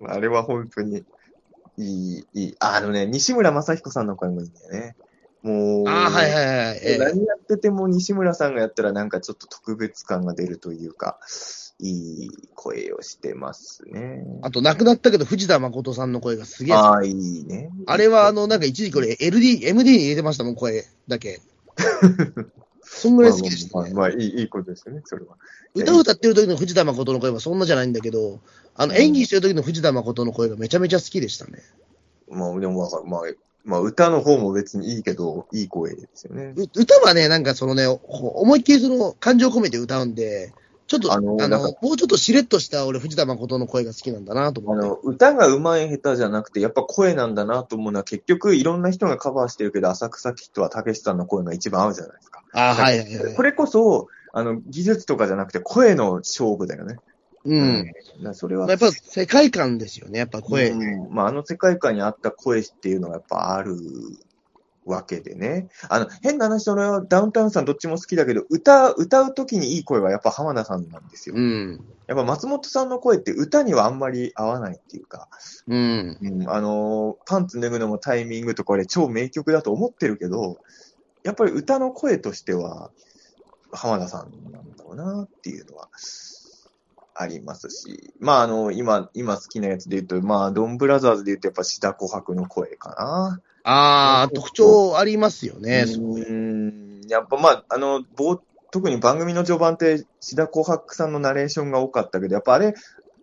Speaker 3: あれは本当にいい、いい。あのね、西村雅彦さんの声もいいんだよね。もう、
Speaker 2: ああ、はいはいはい。ええ
Speaker 3: 何やってても西村さんがやったらなんかちょっと特別感が出るというか、いい声をしてますね。
Speaker 2: あと、亡くなったけど、藤田誠さんの声がすげえ。
Speaker 3: ああ、いいね。
Speaker 2: あれは、あの、なんか一時これ、LD、MD に入れてましたもん、声だ け。そんぐらい好きでした
Speaker 3: まあ
Speaker 2: ね。
Speaker 3: まあ、まあいい、いいことですよね、それは。
Speaker 2: 歌歌ってる時の藤田誠の声はそんなじゃないんだけど、あの、演技してる時の藤田誠の声がめちゃめちゃ好きでしたね。
Speaker 3: まあ、でもわかる。まあ、まあ、歌の方も別にいいけど、いい声ですよね。
Speaker 2: う歌はね、なんかそのね、こう思いっきりその感情込めて歌うんで、ちょっと、
Speaker 3: あ
Speaker 2: あ
Speaker 3: の
Speaker 2: の、
Speaker 3: なん
Speaker 2: もうちょっとしれっとした俺、藤田誠の声が好きなんだなと
Speaker 3: あ
Speaker 2: 思って。
Speaker 3: の、歌が上手い下手じゃなくて、やっぱ声なんだなと思うのは、結局いろんな人がカバーしてるけど、浅草キッドはたけしさんの声が一番合うじゃないですか。
Speaker 2: あはいはいはい。
Speaker 3: これこそ、あの、技術とかじゃなくて、声の勝負だよね。
Speaker 2: うん。
Speaker 3: なそれは
Speaker 2: やっ、ぱ世界観ですよね、やっぱ声。
Speaker 3: うんまあ、あの世界観に合った声っていうのがやっぱあるわけでね。あの、変な話、それはダウンタウンさんどっちも好きだけど、歌、歌う時にいい声はやっぱ浜田さんなんですよ。
Speaker 2: うん。
Speaker 3: やっぱ松本さんの声って歌にはあんまり合わないっていうか。
Speaker 2: うん。
Speaker 3: うん、あのーパンツ脱ぐのもタイミングとか、俺、超名曲だと思ってるけど、やっぱり歌の声としては、浜田さんなんだろうなっていうのは、ありますし、まあ、あの、今、今好きなやつで言うと、まあ、ドンブラザーズで言うと、やっぱ、シダ琥珀の声かな。
Speaker 2: ああ、特徴ありますよね。
Speaker 3: うん、やっぱ、まあ、あの、冒特に番組の序盤って、シダ琥珀さんのナレーションが多かったけど、やっぱあれ、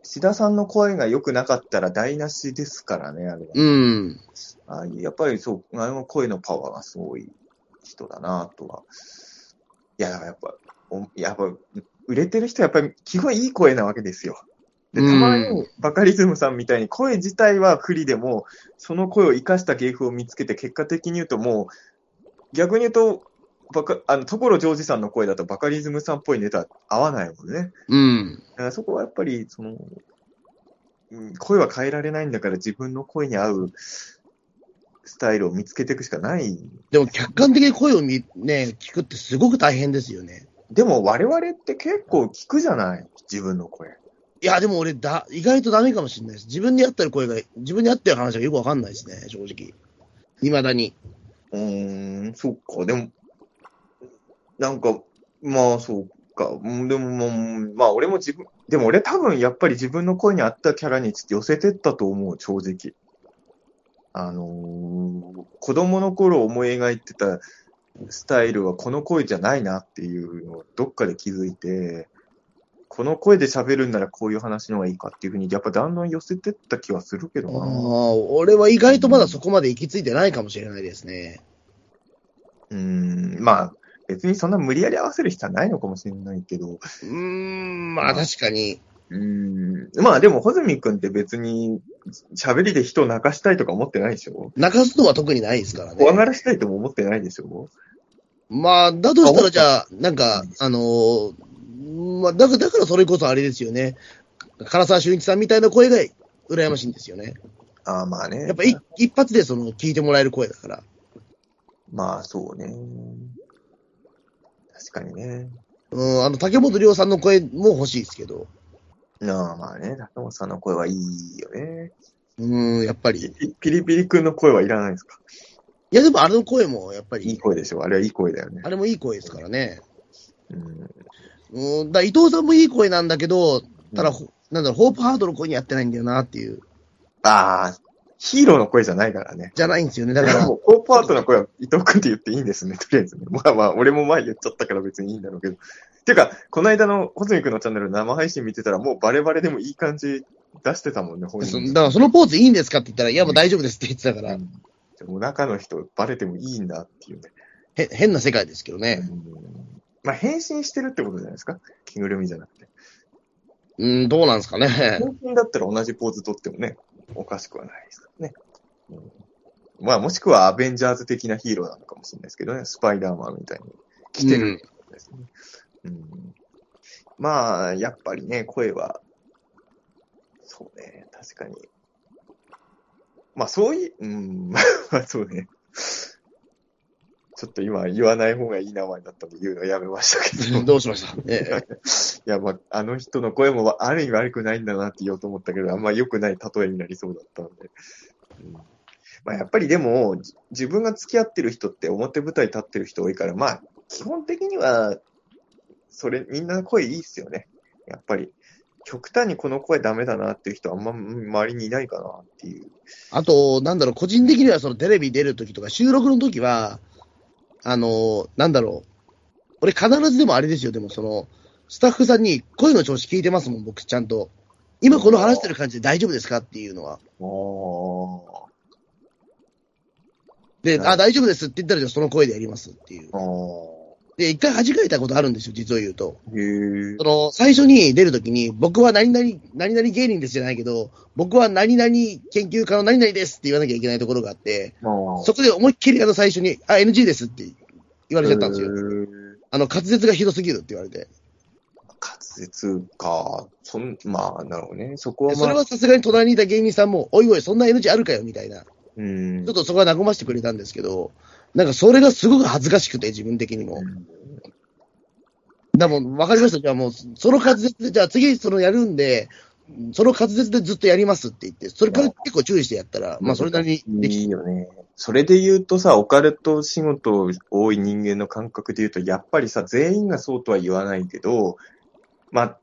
Speaker 3: シダさんの声が良くなかったら台無しですからね、あれは。
Speaker 2: うん。
Speaker 3: ああいうやっぱりそう、あの声のパワーがすごい人だなとは。いや、だからやっぱ、おやっぱ、売れてる人はやっぱり基本いい声なわけですよ。で、たま
Speaker 2: う
Speaker 3: にバカリズムさんみたいに声自体は不利でも、その声を生かした芸風を見つけて、結果的に言うともう、逆に言うと、バカあの所ジョージさんの声だとバカリズムさんっぽいネタ合わないもんね。
Speaker 2: うん。
Speaker 3: だからそこはやっぱり、その、うん声は変えられないんだから自分の声に合うスタイルを見つけていくしかない。
Speaker 2: でも客観的に声を見、ね、聞くってすごく大変ですよね。
Speaker 3: でも我々って結構聞くじゃない自分の声。
Speaker 2: いや、でも俺だ、意外とダメかもしれないです。自分に合ってる声が、自分に合ってる話がよくわかんないですね、正直。未だに。
Speaker 3: うーん、そっか、でも、なんか、まあ、そうか、うんでも、まあうん、まあ、俺も自分、でも俺多分やっぱり自分の声に合ったキャラに寄せてったと思う、正直。あのー子供の頃思い描いてたスタイルはこの声じゃないなっていうのをどっかで気づいて、この声で喋るんならこういう話の方がいいかっていうふうに、やっぱだんだん寄せてった気はするけど
Speaker 2: あ
Speaker 3: な。
Speaker 2: あ、俺は意外とまだそこまで行き着いてないかもしれないですね。
Speaker 3: うーん、まあ、別にそんな無理やり合わせる必要はないのかもしれないけど、
Speaker 2: うーん、まあ確かに。
Speaker 3: うーん、まあでも、穂積君って別に、喋りで人を泣かしたいとか思ってないでしょ
Speaker 2: 泣かすのは特にないですからね。
Speaker 3: 怖がらしたいとも思ってないでしょ
Speaker 2: まあ、だとしたら、じゃあ、なんか、あのーまあ、だから、だからそれこそあれですよね。唐沢俊一さんみたいな声が羨ましいんですよね。
Speaker 3: ああ、まあね。
Speaker 2: やっぱ一一発でその聞いてもらえる声だから。
Speaker 3: まあそうね。確かにね。
Speaker 2: うん、あの、竹本涼さんの声も欲しいですけど。
Speaker 3: なあまあね、中本さんの声はいいよね。
Speaker 2: うん、やっぱり。い
Speaker 3: ピリピリピリ君の声はいらないですか
Speaker 2: や、でもあれの声も、やっぱ
Speaker 3: いい
Speaker 2: り、
Speaker 3: 声でしょあれはいい声だよね
Speaker 2: あ。れもいい声ですからね。
Speaker 3: うん、
Speaker 2: うん、だから伊藤さんもいい声なんだけど、ただ、
Speaker 3: うん
Speaker 2: ほなんだろう、ホープハードの声にやってないんだよなっていう、
Speaker 3: ああ、ヒーローの声じゃないからね。
Speaker 2: じゃないんですよね。だから、
Speaker 3: もう、コープアートの声は伊藤君って言っていいんですね、と りあえずね。まあまあ、俺も前言っちゃったから別にいいんだろうけど。ていうか、この間のホズミ君のチャンネル生配信見てたら、もうバレバレでもいい感じ出してたもんね、本
Speaker 2: そ
Speaker 3: 人。
Speaker 2: だからそのポーズいいんですかって言ったら、いや、もう大丈夫ですって言ってたから、
Speaker 3: うん、お腹の人、バレてもいいんだっていうね。
Speaker 2: へ変な世界ですけどね。
Speaker 3: うんまあ、変身してるってことじゃないですか着ぐるみじゃなくて。
Speaker 2: うん、どうなんですかね。
Speaker 3: 本身だったら同じポーズ取ってもね、おかしくはないですからね。うんまあ、もしくはアベンジャーズ的なヒーローなのかもしれないですけどね、スパイダーマンみたいに着てるですね。うん、まあ、やっぱりね、声は、そうね、確かに。まあ、そういう、うん、 まあ、そうね。ちょっと今言わない方がいい名前だったので言うのやめましたけ
Speaker 2: う
Speaker 3: ど
Speaker 2: ん。どうしましたええ
Speaker 3: いや、まあ、あの人の声もある意味悪くないんだなって言おうと思ったけど、あんま良くない例えになりそうだったので。うんまあ、やっぱりでも、じ自分が付き合ってる人って表舞台立ってる人多いから、まあ、基本的には、それ、みんな声いいっすよね。やっぱり。極端にこの声ダメだなっていう人あんまうん周りにいないかなっていう。
Speaker 2: あと、なんだろう、個人的にはそのテレビ出るときとか、収録のときは、あの、なんだろう、俺必ずでもあれですよ、でもその、スタッフさんに声の調子聞いてますもん、僕ちゃんと。今この話してる感じで大丈夫ですかっていうのは。
Speaker 3: あ
Speaker 2: で、
Speaker 3: はい
Speaker 2: あ、大丈夫ですって言ったら、じゃあその声でやりますっていう。
Speaker 3: あ。あ
Speaker 2: で、一回恥かいたことあるんですよ、実を言うと。
Speaker 3: あ。へえ
Speaker 2: そ。の、最初に出るときに、僕は何々、何々芸人ですじゃないけど、僕は何々研究家の何々ですって言わなきゃいけないところがあって、
Speaker 3: まあ
Speaker 2: そこで思いっきりあの最初に、あ、NG ですって言われちゃったんですよ。
Speaker 3: へえ
Speaker 2: あの、滑舌がひどすぎるって言われて。
Speaker 3: 滑舌か、そん、まあ、なるほどね。そこは
Speaker 2: で
Speaker 3: まあ、
Speaker 2: それはさすがに隣にいた芸人さんも、おいおい、そんな NG あるかよみたいな、ち
Speaker 3: うん
Speaker 2: ょっ。とそこは和ましてくれたんですけど、なんかそれがすごく恥ずかしくて、自分的にも。だもん、わかりました。じゃあもう、その滑舌で、じゃあ次そのやるんで、その滑舌でずっとやりますって言って、それから結構注意してやったら、まあそれなりにで
Speaker 3: い
Speaker 2: き
Speaker 3: いよね。それで言うとさ、オカルト仕事多い人間の感覚で言うと、やっぱりさ、全員がそうとは言わないけど、まあ、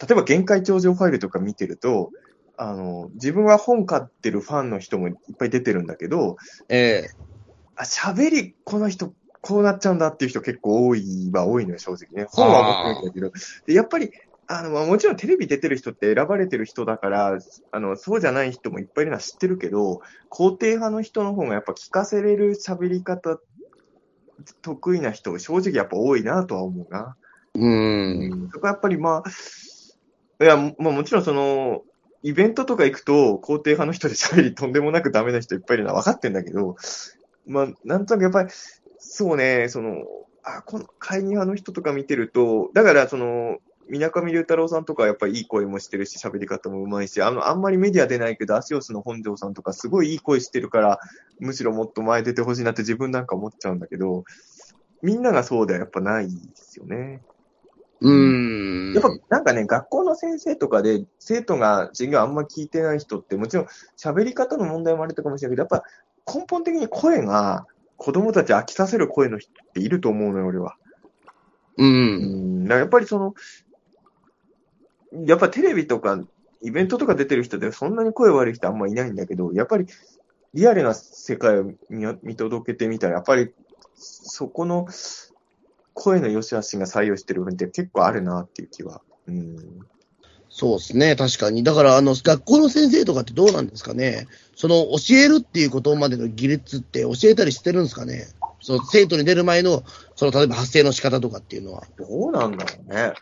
Speaker 3: 例えば限界頂上ファイルとか見てると、あの、自分は本買ってるファンの人もいっぱい出てるんだけど、
Speaker 2: ええ
Speaker 3: あ、喋り、この人、こうなっちゃうんだっていう人結構多いは多いのよ、正直ね。本は持ってるんだけど。で、やっぱり、あの、まあもちろんテレビ出てる人って選ばれてる人だから、あの、そうじゃない人もいっぱいいるのは知ってるけど、肯定派の人の方がやっぱ聞かせれる喋り方、得意な人、正直やっぱ多いなとは思うな。
Speaker 2: うーん。
Speaker 3: そこはやっぱりまあ、いや、まあもちろんその、イベントとか行くと、肯定派の人で喋りとんでもなくダメな人いっぱいいるのは分かってんだけど、まあ、なんとなくやっぱり、そうね、その、あ、この会議派の人とか見てると、だからその、水上龍太郎さんとかはやっぱりいい声もしてるし、喋り方もうまいし、あの、あんまりメディア出ないけど、アシオスの本庄さんとかすごいいい声してるから、むしろもっと前出てほしいなって自分なんか思っちゃうんだけど、みんながそうではやっぱないですよね。
Speaker 2: うん。
Speaker 3: やっぱなんかね、学校の先生とかで、生徒が授業あんま聞いてない人って、もちろん喋り方の問題もあるかもしれないけど、やっぱ根本的に声が、子供たち飽きさせる声の人っていると思うのよ、俺は。
Speaker 2: う。
Speaker 3: うんん、だからやっぱりその、やっぱテレビとかイベントとか出てる人でそんなに声悪い人あんまいないんだけど、やっぱりリアルな世界を見見届けてみたら、やっぱりそこの声の良し悪しが採用してる部分って結構あるなっていう気は。うん、
Speaker 2: そうですね、確かに。だから、あの、学校の先生とかってどうなんですかね。その、教えるっていうことまでの技術って教えたりしてるんですかね。その、生徒に出る前の、その、例えば発声の仕方とかっていうのは。
Speaker 3: どうなんだろうね。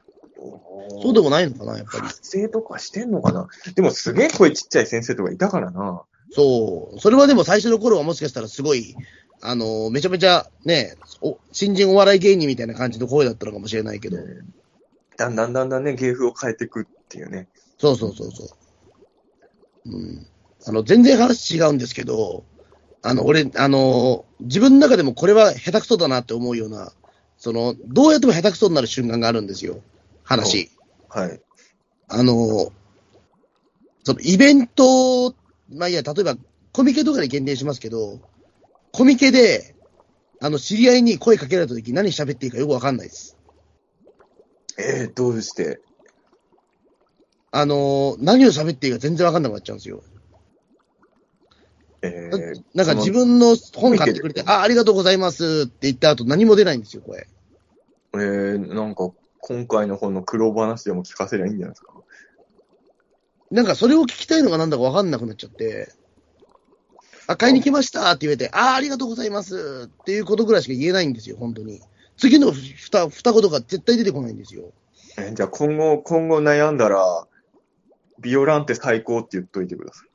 Speaker 2: そうでもないのかな、やっぱり。
Speaker 3: 発声とかしてんのかなでもすげえ声ちっちゃい先生とかいたからな。
Speaker 2: そう。それはでも最初の頃はもしかしたらすごい、あの、めちゃめちゃ、ね、お新人お笑い芸人みたいな感じの声だったのかもしれないけど。
Speaker 3: だんだんだんだんね、芸風を変えていくっていうね。
Speaker 2: そうそうそうそう。うん。あの、全然話違うんですけど、あの、俺、あの、自分の中でもこれは下手くそだなって思うような、その、どうやっても下手くそになる瞬間があるんですよ。話。
Speaker 3: はい。
Speaker 2: あの、そのイベント、まあいいや、例えばコミケとかに限定しますけど、コミケで、あの、知り合いに声かけられた時何喋っていいかよくわかんないです。
Speaker 3: えー、どうして
Speaker 2: あの、何を喋っていいか全然わかんなくなっちゃうんですよ。
Speaker 3: え
Speaker 2: だ
Speaker 3: ー、
Speaker 2: なんか自分の本買ってくれて、あ、ありがとうございますって言った後何も出ないんですよ、これ。
Speaker 3: えー、なんか、今回の本の苦労話でも聞かせりゃいいんじゃないですか。
Speaker 2: なんかそれを聞きたいのがなんだかわかんなくなっちゃって、あ、買いに来ましたって言えて、あ、ありがとうございますっていうことぐらいしか言えないんですよ、本当に。次のふ二二言が絶対出てこないんですよ。
Speaker 3: えーじゃあ今後、今後悩んだら、ビオランテ最高って言っといてく ださ
Speaker 2: い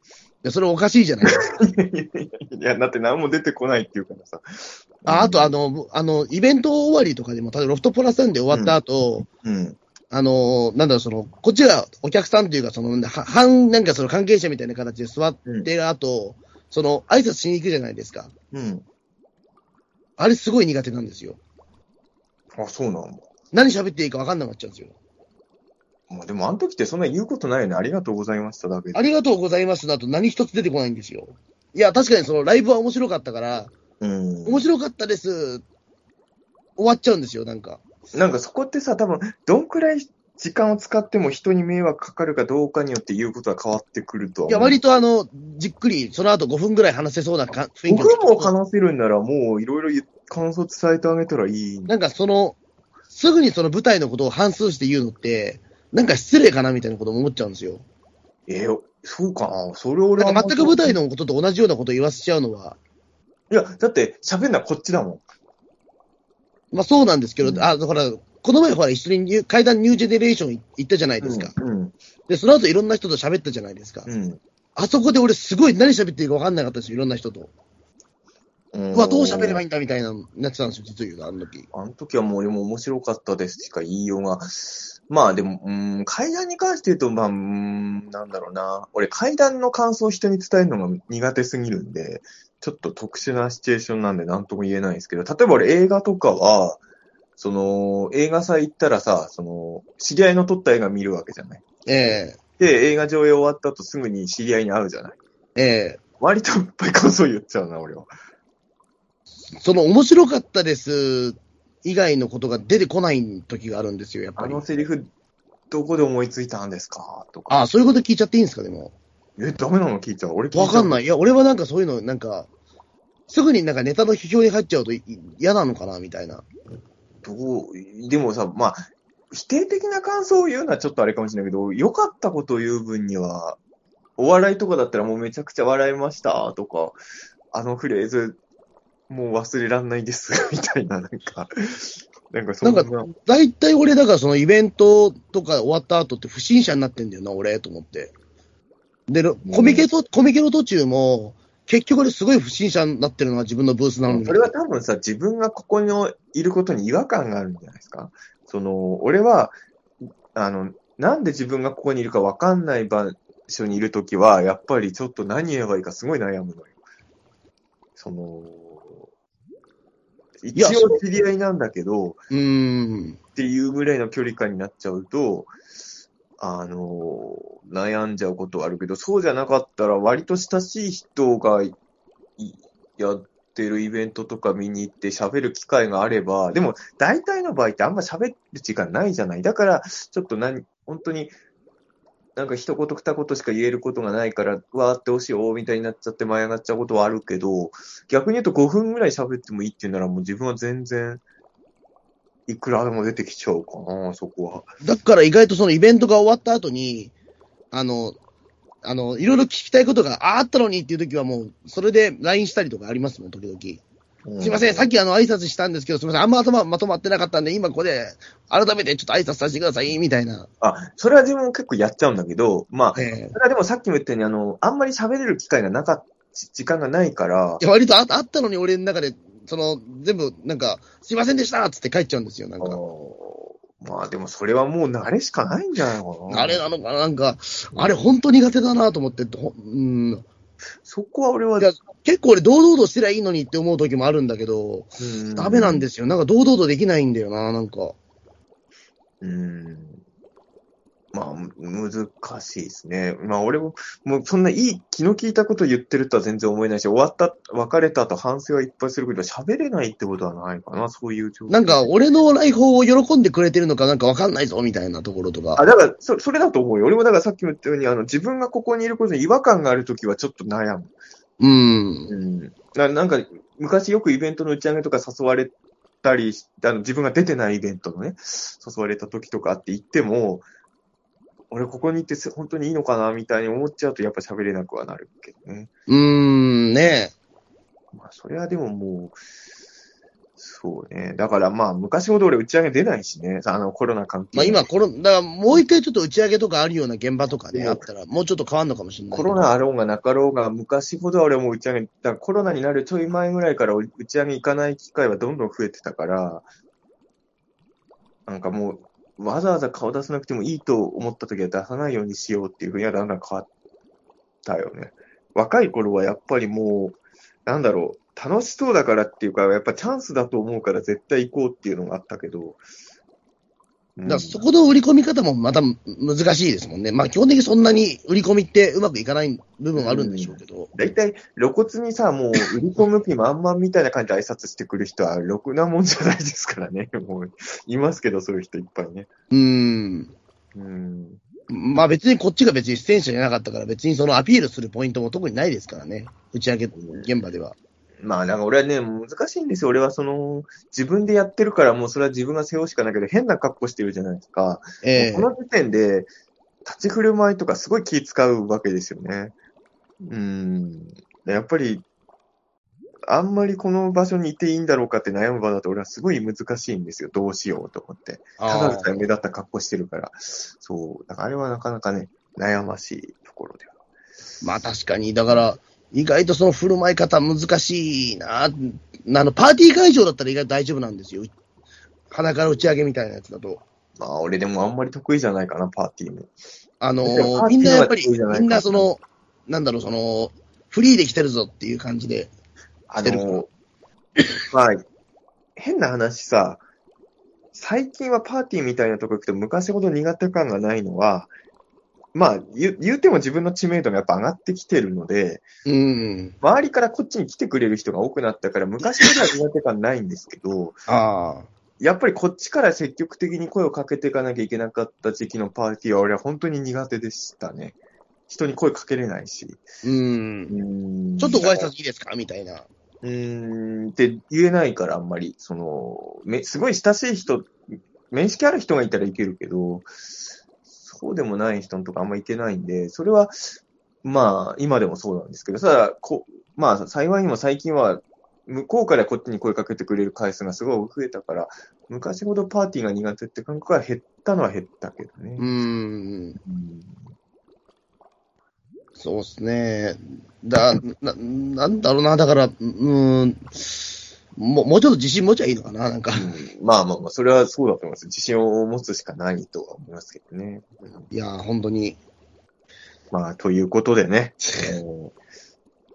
Speaker 2: や、それおかしいじゃないですか。
Speaker 3: い。いや、だって何も出てこないっていうからさ。
Speaker 2: ああと、あ
Speaker 3: の、
Speaker 2: の、あの、イベント終わりとかでも、例えばロフトプラスさんで終わった後、
Speaker 3: うん。
Speaker 2: あのーなんだろう、その、こっちがお客さんというか、その、は半、なんかその関係者みたいな形で座ってる後、その、挨拶しに行くじゃないですか。
Speaker 3: うん。
Speaker 2: あれすごい苦手なんですよ。
Speaker 3: あ、そうなんだ。
Speaker 2: 何喋っていいか分かんなくなっちゃうんですよ。
Speaker 3: まあ、でも、あの時ってそんな言うことないよね。ありがとうございましただけで。
Speaker 2: ありがとうございますだと何一つ出てこないんですよ。いや、確かにそのライブは面白かったから、
Speaker 3: うん。
Speaker 2: 面白かったです。終わっちゃうんですよ、なんか。
Speaker 3: なんかそこってさ、多分、どんくらい時間を使っても人に迷惑かかるかどうかによって言うことは変わってくるとは思
Speaker 2: いや、
Speaker 3: う。
Speaker 2: 割とあの、じっくり、その後5分ぐらい話せそうなか雰囲気
Speaker 3: 僕も
Speaker 2: の。
Speaker 3: 話せるんなら、もういろいろ感想伝えてあげたらいいん
Speaker 2: な
Speaker 3: だ
Speaker 2: んかその、すぐにその舞台のことを反数して言うのって、なんか失礼かなみたいなことも思っちゃうんですよ。
Speaker 3: えーそうかな。それ俺
Speaker 2: な
Speaker 3: は。
Speaker 2: んか全く舞台。のことと同じようなことを言わせちゃうのは、
Speaker 3: いや、だって喋んなこっちだも
Speaker 2: まあそうなんですけど、
Speaker 3: うん
Speaker 2: あ、だから、この前ほら一緒にニュー階段ニュージェネレーション行ったじゃない
Speaker 3: ん。
Speaker 2: ですか。
Speaker 3: うん。
Speaker 2: で、その後いろんな人と喋ったじゃないですか。
Speaker 3: うん。
Speaker 2: あそこで俺すごい何喋っていいか分かんなかったんですよ、いろんな人と。
Speaker 3: うん
Speaker 2: うわ、どう喋ればい
Speaker 3: い
Speaker 2: いんだみたいな、なってたんですよ、実を言うと、あの時。
Speaker 3: あの時はもう俺も面白かったですしか言いようが。まあでも、うん、階段に関して言うと、まあ、うん、なんだろうな。俺階段の感想を人に伝えるのが苦手すぎるんで、ちょっと特殊なシチュエーションなんで何とも言えないんですけど、例えば俺映画とかは、その、映画祭行ったらさ、その、知り合いの撮った映画見るわけじゃない。
Speaker 2: え
Speaker 3: で、映画上映終わった後すぐに知り合いに会うじゃない。
Speaker 2: えええ
Speaker 3: 割といっぱい感想言っちゃうな、俺は。
Speaker 2: その面白かったです以外のことが出てこない時があるんですよ、やっぱ
Speaker 3: あ
Speaker 2: り
Speaker 3: の。セリフ、どこで思いついたんですかとか。
Speaker 2: ああ、そういうこと聞いちゃっていいんですか、でも。
Speaker 3: え、ダメなの聞いちゃう。俺聞いちゃう。
Speaker 2: わかん
Speaker 3: い。
Speaker 2: ない。いや、俺はなんかそういうの、なんか、すぐになんかネタの批評に入っちゃうとい嫌なのかな、みたいな。
Speaker 3: どう、でもさ、まあ、否定的な感想を言うのはちょっとあれかもしれないけど、良かったことを言う分には、お笑いとかだったらもうめちゃくちゃ笑いましたとか、あのフレーズ、もう忘れらんないです、 みたいな、なんか、なんかそんな。
Speaker 2: なんか大体俺、だからそのイベントとか終わった後って不審者になってんだよな、俺、と思って。で、ろコミケと、コミケの途中も、結局俺すごい不審者になってるのが自分のブースなのに。
Speaker 3: それは多分さ、自分がここにいることに違和感があるんじゃないですか。その、俺は、あの、なんで自分がここにいるか分かんない場所にいるときは、やっぱりちょっと何言えばいいかすごい悩むのよ。その、一
Speaker 2: や
Speaker 3: 応知り合いなんだけど、
Speaker 2: うーん。
Speaker 3: っていうぐらいの距離感になっちゃうと、あの、悩んじゃうことはあるけど、そうじゃなかったら割と親しい人がいやってるイベントとか見に行って喋る機会があれば、でも大体の場合ってあんま喋る時間ないじゃない。だから、ちょっと何、本当に、なんか一言二言しか言えることがないから、わーっておしようみたいになっちゃって舞い上がっちゃうことはあるけど、逆に言うと5分ぐらい喋ってもいいっていうならもう自分は全然、いくらでも出てきちゃうかな、そこは。
Speaker 2: だから意外とそのイベントが終わった後に、あの、あの、いろいろ聞きたいことがああったのにっていう時はもう、それで LINE したりとかありますもん、時々。すいません、さっ
Speaker 3: き。
Speaker 2: きあの挨拶したんですけど、すいません、あんま頭まとまってなかったんで、今ここで改めてちょっと挨拶させてください、みたいな。
Speaker 3: あ、それは自分も結構やっちゃうんだけど、まあ、そ
Speaker 2: え
Speaker 3: れはでもさっきも言ったように、あの、あんまり喋れる機会がなかった、時間がないから
Speaker 2: え、割とああったのに俺の中で、その、全部、なんか、すいませんでしたっつって帰っちゃうんですよ、なん
Speaker 3: あ
Speaker 2: か。
Speaker 3: のまあでもそれはもう慣れしかないんじゃないかな。
Speaker 2: あれなのかな、なんか、あれ本当苦手だなと思って、どうん、、
Speaker 3: そこは俺はい
Speaker 2: や結構俺堂々としてりゃいいのにって思う時もあるんだけど、ダメなん
Speaker 3: で。
Speaker 2: ですよ。なんか堂々とできないんだよな、なんか。
Speaker 3: うん。まあ、む難しいですね。まあ俺も、もうそんないい気の利いたこと言ってるとは全然思えないし、終わった、別れた後反省はいっぱいするけど、喋れないってことはないかな、そういう状況。
Speaker 2: なんか、俺の来訪を喜んでくれてるのかなんかわかんないぞ、みたいなところとか。
Speaker 3: あ、だから、そ、それだと思うよ。俺もだからさっきも言ったように、あの、自分がここにいることに違和感があるときはちょっと悩む。
Speaker 2: うん。
Speaker 3: うん。ななんか、昔よくイベントの打ち上げとか誘われたりし、あの、自分が出てないイベントのね、誘われたときとかあって行っても、俺ここに行ってす本当にいいのかなみたいに思っちゃうとやっぱ喋れなくはなるけどね。
Speaker 2: うーん、ね
Speaker 3: まあ、それはでももう、そうね。だからまあ、昔ほど俺打ち上げ出ないしね。あの、コロナ関係
Speaker 2: まあ
Speaker 3: ない
Speaker 2: 今、コロ、だからもう一回ちょっと打ち上げとかあるような現場とかね、
Speaker 3: うん
Speaker 2: あったら、もうちょっと変わんのかもしれない。
Speaker 3: コロナあろうがなかろうが、昔ほどは俺も打ち上げ、だからコロナになるちょい前ぐらいから打ち上げ行かない機会はどんどん増えてたから、なんかもう、わざわざ顔出さなくてもいいと思った時は出さないようにしようっていうふうにはだんだん変わったよね。若い頃はやっぱりもう、なんだろう、楽しそうだからっていうか、やっぱチャンスだと思うから絶対行こうっていうのがあったけど、うん
Speaker 2: だからそこの売り込み方もまたむ難しいですもんね。まあ基本的にそんなに売り込みってうまくいかない部分はあるんでしょうけど。
Speaker 3: 大体、露骨にさ、もう、売り込む気満々みたいな感じで挨拶してくる人は、ろくなもんじゃないですからね。 もう、いますけど、そういう人いっぱいね。
Speaker 2: うーん。
Speaker 3: うん。
Speaker 2: まあ別にこっちが別に出演者じゃなかったから、別にそのアピールするポイントも特にないですからね。打ち上げ現場では。
Speaker 3: まあ、なんか俺はね、難しいんですよ。俺はその、自分でやってるから、もうそれは自分が背負うしかないけど、変な格好してるじゃないですか。
Speaker 2: ええ
Speaker 3: この時点で、立ち振る舞いとかすごい気使うわけですよね。うん。やっぱり、あんまりこの場所にいていいんだろうかって悩む場だと俺はすごい難しいんですよ。どうしようと思って。ただ
Speaker 2: あ
Speaker 3: でさえ目立った格好してるから。そう。だからあれはなかなかね、悩ましいところでは。
Speaker 2: ーまあ確かに、だから、意外とその振る舞い方難しいな。あの、パーティー会場だったら意外と大丈夫なんですよ。鼻から打ち上げみたいなやつだと。
Speaker 3: まあ、俺でもあんまり得意じゃないかな、パーティーも。
Speaker 2: あの
Speaker 3: でも
Speaker 2: ー
Speaker 3: パーテ
Speaker 2: みん
Speaker 3: ィー
Speaker 2: なやっぱり、
Speaker 3: はそうじゃないか
Speaker 2: みんなその、なんだろう、その、フリーで来てるぞっていう感じで。
Speaker 3: あ
Speaker 2: してる
Speaker 3: の、 まあ、変な話さ、最近はパーティーみたいなとこ行くと昔ほど苦手感がないのは、まあ、言う言うても自分の知名度がやっぱ上がってきてるので、
Speaker 2: うん。
Speaker 3: 周りからこっちに来てくれる人が多くなったから、昔ほどは苦手感ないんですけど、
Speaker 2: ああ。
Speaker 3: やっぱりこっちから積極的に声をかけていかなきゃいけなかった時期のパーティーは俺は本当に苦手でしたね。人に声かけれないし。
Speaker 2: うん。
Speaker 3: ち
Speaker 2: ちょっとご挨拶いいですかみたいな。
Speaker 3: うーん、って言えないからあんまり、その、め、すごい親しい人、面識ある人がいたらいけるけど、そうでもない人のとかあんまいけないんで、それは、まあ、今でもそうなんですけど、ただ、こ、まあ、幸いにも最近は、向こうからこっちに声かけてくれる回数がすごい増えたから、昔ほどパーティーが苦手って感覚が減ったのは減ったけどね。
Speaker 2: うん。
Speaker 3: うん
Speaker 2: そうっすね。だ、な、なんだろうな、だから、うーん。もう、もうちょっと自信持ちゃいいのかななんか。
Speaker 3: うんまあまあまあ、それはそうだと思います。自信を持つしかないとは思いますけどね。うん
Speaker 2: いやー、本当に。
Speaker 3: まあ、ということでね、えー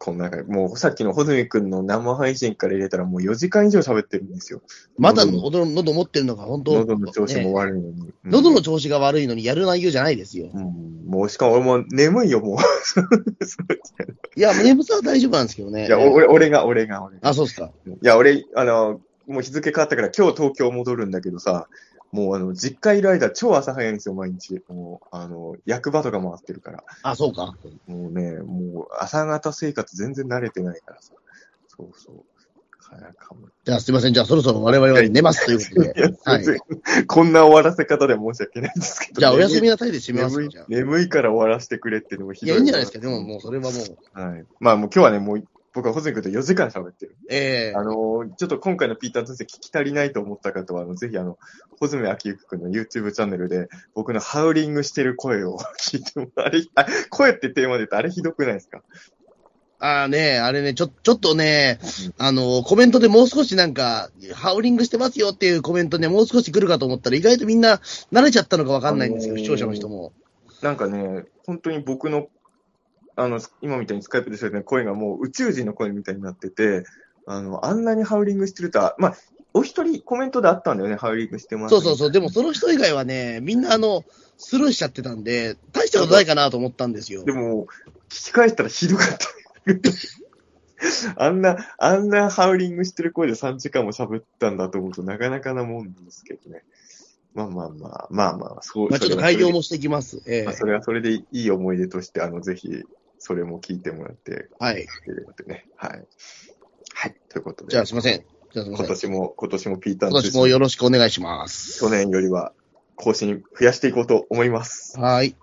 Speaker 3: この中で、もうさっきの穂積君の生配信から入れたらもう4時間以上喋ってるんですよ。
Speaker 2: まだ喉の喉持ってるのが本当、
Speaker 3: 喉の調子も
Speaker 2: ね
Speaker 3: 悪いのに。うん
Speaker 2: 喉の調子が悪いのにやる内容じゃないですよ。
Speaker 3: うん、もうしかも俺も眠いよ、もう。
Speaker 2: いや、眠さは大丈夫なんですけどね。
Speaker 3: いや、お俺、俺が、俺が、俺が。
Speaker 2: あ、そうっすか。
Speaker 3: いや、俺、あの、もう日付変わったから今日東京戻るんだけどさ、もうあの、実家いる間超朝早いんですよ、毎日。もう、あの、役場とか回ってるから。
Speaker 2: あ、そうか。
Speaker 3: もうね、もう朝方生活全然慣れてないからさ。そうそう。早かも。
Speaker 2: じゃあ、すいません。じゃあ、そろそろ我々は寝ますということ
Speaker 3: いや
Speaker 2: で。はい。
Speaker 3: 全然こんな終わらせ方で申し訳ないんですけど。
Speaker 2: じゃあ、おやすみなさいで締めます
Speaker 3: 眠
Speaker 2: よ
Speaker 3: い
Speaker 2: じゃあ。
Speaker 3: 眠いから終わらせてくれっていうのもひ
Speaker 2: い
Speaker 3: ど
Speaker 2: や、
Speaker 3: い
Speaker 2: いいんじゃないですか。でも、もう、それはもう。
Speaker 3: はい。まあもう今日はね、もう僕はホズミ君と4時間喋ってる。
Speaker 2: ええ
Speaker 3: あのーちょっと今回のピーターとして聞き足りないと思った方は、あのぜひあの、ホズミアキユク君の YouTube チャンネルで、僕のハウリングしてる声を聞いても、あれ、あ声ってテーマで言うとあれひどくないですか
Speaker 2: ああね、あれね、ちょ、ちょっとね、あの、コメントでもう少しなんか、ハウリングしてますよっていうコメントね、もう少し来るかと思ったら、意外とみんな慣れちゃったのかわかんないんですけど、
Speaker 3: あのー
Speaker 2: 視聴者の人も。
Speaker 3: なんかね、本当に僕の、あの、今みたいにスカイプで喋ってる声がもう宇宙人の声みたいになってて、あの、あんなにハウリングしてるとは、まあ、お一人コメントであったんだよね、ハウリングしてます。
Speaker 2: そうそうそう、でもその人以外はね、みんなあの、スルーしちゃってたんで、大したことないかなと思ったんですよ
Speaker 3: で。も、聞き返したらひどかった。あんな、あんなハウリングしてる声で3時間も喋ったんだと思うとなかなかなもんですけどね。まあまあまあ、まあまあ、そう。
Speaker 2: まあ、ちょっと
Speaker 3: それはそ
Speaker 2: 改
Speaker 3: れで
Speaker 2: 良もしてきます。え
Speaker 3: まあ、
Speaker 2: え
Speaker 3: それはそれでいい思い出として、あの、ぜひ、それも聞いてもらって、
Speaker 2: はい。
Speaker 3: くれればとね。はい。はい。ということで。
Speaker 2: じゃあ、すいません。じゃあ、すいませ
Speaker 3: 今
Speaker 2: ん。
Speaker 3: 年も、今年もピーター
Speaker 2: 今
Speaker 3: の
Speaker 2: 年もよろしくお願いします。
Speaker 3: 去年よりは更新増やしていこうと思います。
Speaker 2: はい。